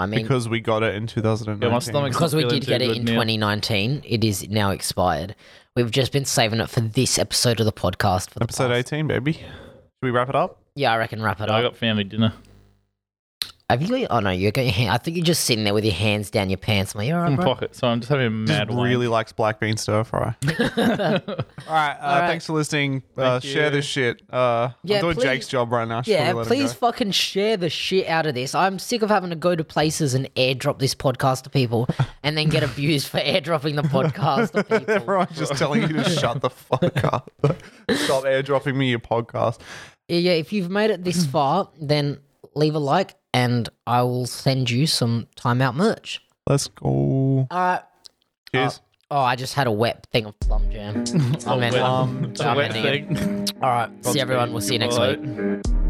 Speaker 1: I mean,
Speaker 3: because we got it in 2019.
Speaker 2: Yeah, my stomach's
Speaker 1: because we
Speaker 2: feeling
Speaker 1: did
Speaker 2: too
Speaker 1: get it
Speaker 2: good
Speaker 1: in
Speaker 2: now.
Speaker 1: 2019, it is now expired. We've just been saving it for this episode of the podcast. For the
Speaker 3: Episode
Speaker 1: past-
Speaker 3: 18, baby. Should we wrap it up?
Speaker 1: Yeah, I reckon wrap it
Speaker 2: I
Speaker 1: up.
Speaker 2: got family dinner.
Speaker 1: Have you? Oh no, you're going. I think you're just sitting there with your hands down your pants. I'm like, you all right,
Speaker 2: in
Speaker 1: bro?
Speaker 2: pocket, so I'm just having a mad
Speaker 3: Just
Speaker 2: wank.
Speaker 3: really likes black bean stir
Speaker 2: *laughs*
Speaker 3: *laughs* fry. All right. Uh,
Speaker 1: right.
Speaker 3: Thanks for listening. uh,
Speaker 2: Thank
Speaker 3: share
Speaker 2: you.
Speaker 3: this shit. Uh,
Speaker 1: Yeah,
Speaker 3: I'm doing
Speaker 1: please-
Speaker 3: Jake's job right now. Should
Speaker 1: Yeah,
Speaker 3: probably let him
Speaker 1: please
Speaker 3: go. *laughs*
Speaker 1: fucking share the shit out of this. I'm sick of having to go to places and airdrop this podcast to
Speaker 2: *laughs*
Speaker 1: people and then get abused for airdropping the podcast to people.
Speaker 2: *laughs*
Speaker 3: Everyone's just telling you to shut the fuck up. *laughs* Stop airdropping me your podcast.
Speaker 1: Yeah, if you've made it
Speaker 2: *clears throat*
Speaker 1: this far, then leave a like and I will send you some timeout merch.
Speaker 3: Let's go.
Speaker 1: All right.
Speaker 3: Cheers.
Speaker 1: Oh, I just had a wet thing of plum
Speaker 2: *laughs*
Speaker 1: jam. I'm in.
Speaker 2: wet-
Speaker 1: I'm
Speaker 2: It's a wet
Speaker 1: ending it.
Speaker 2: thing. *laughs*
Speaker 1: All right. See everyone. We'll see you next
Speaker 2: Goodbye.
Speaker 1: week.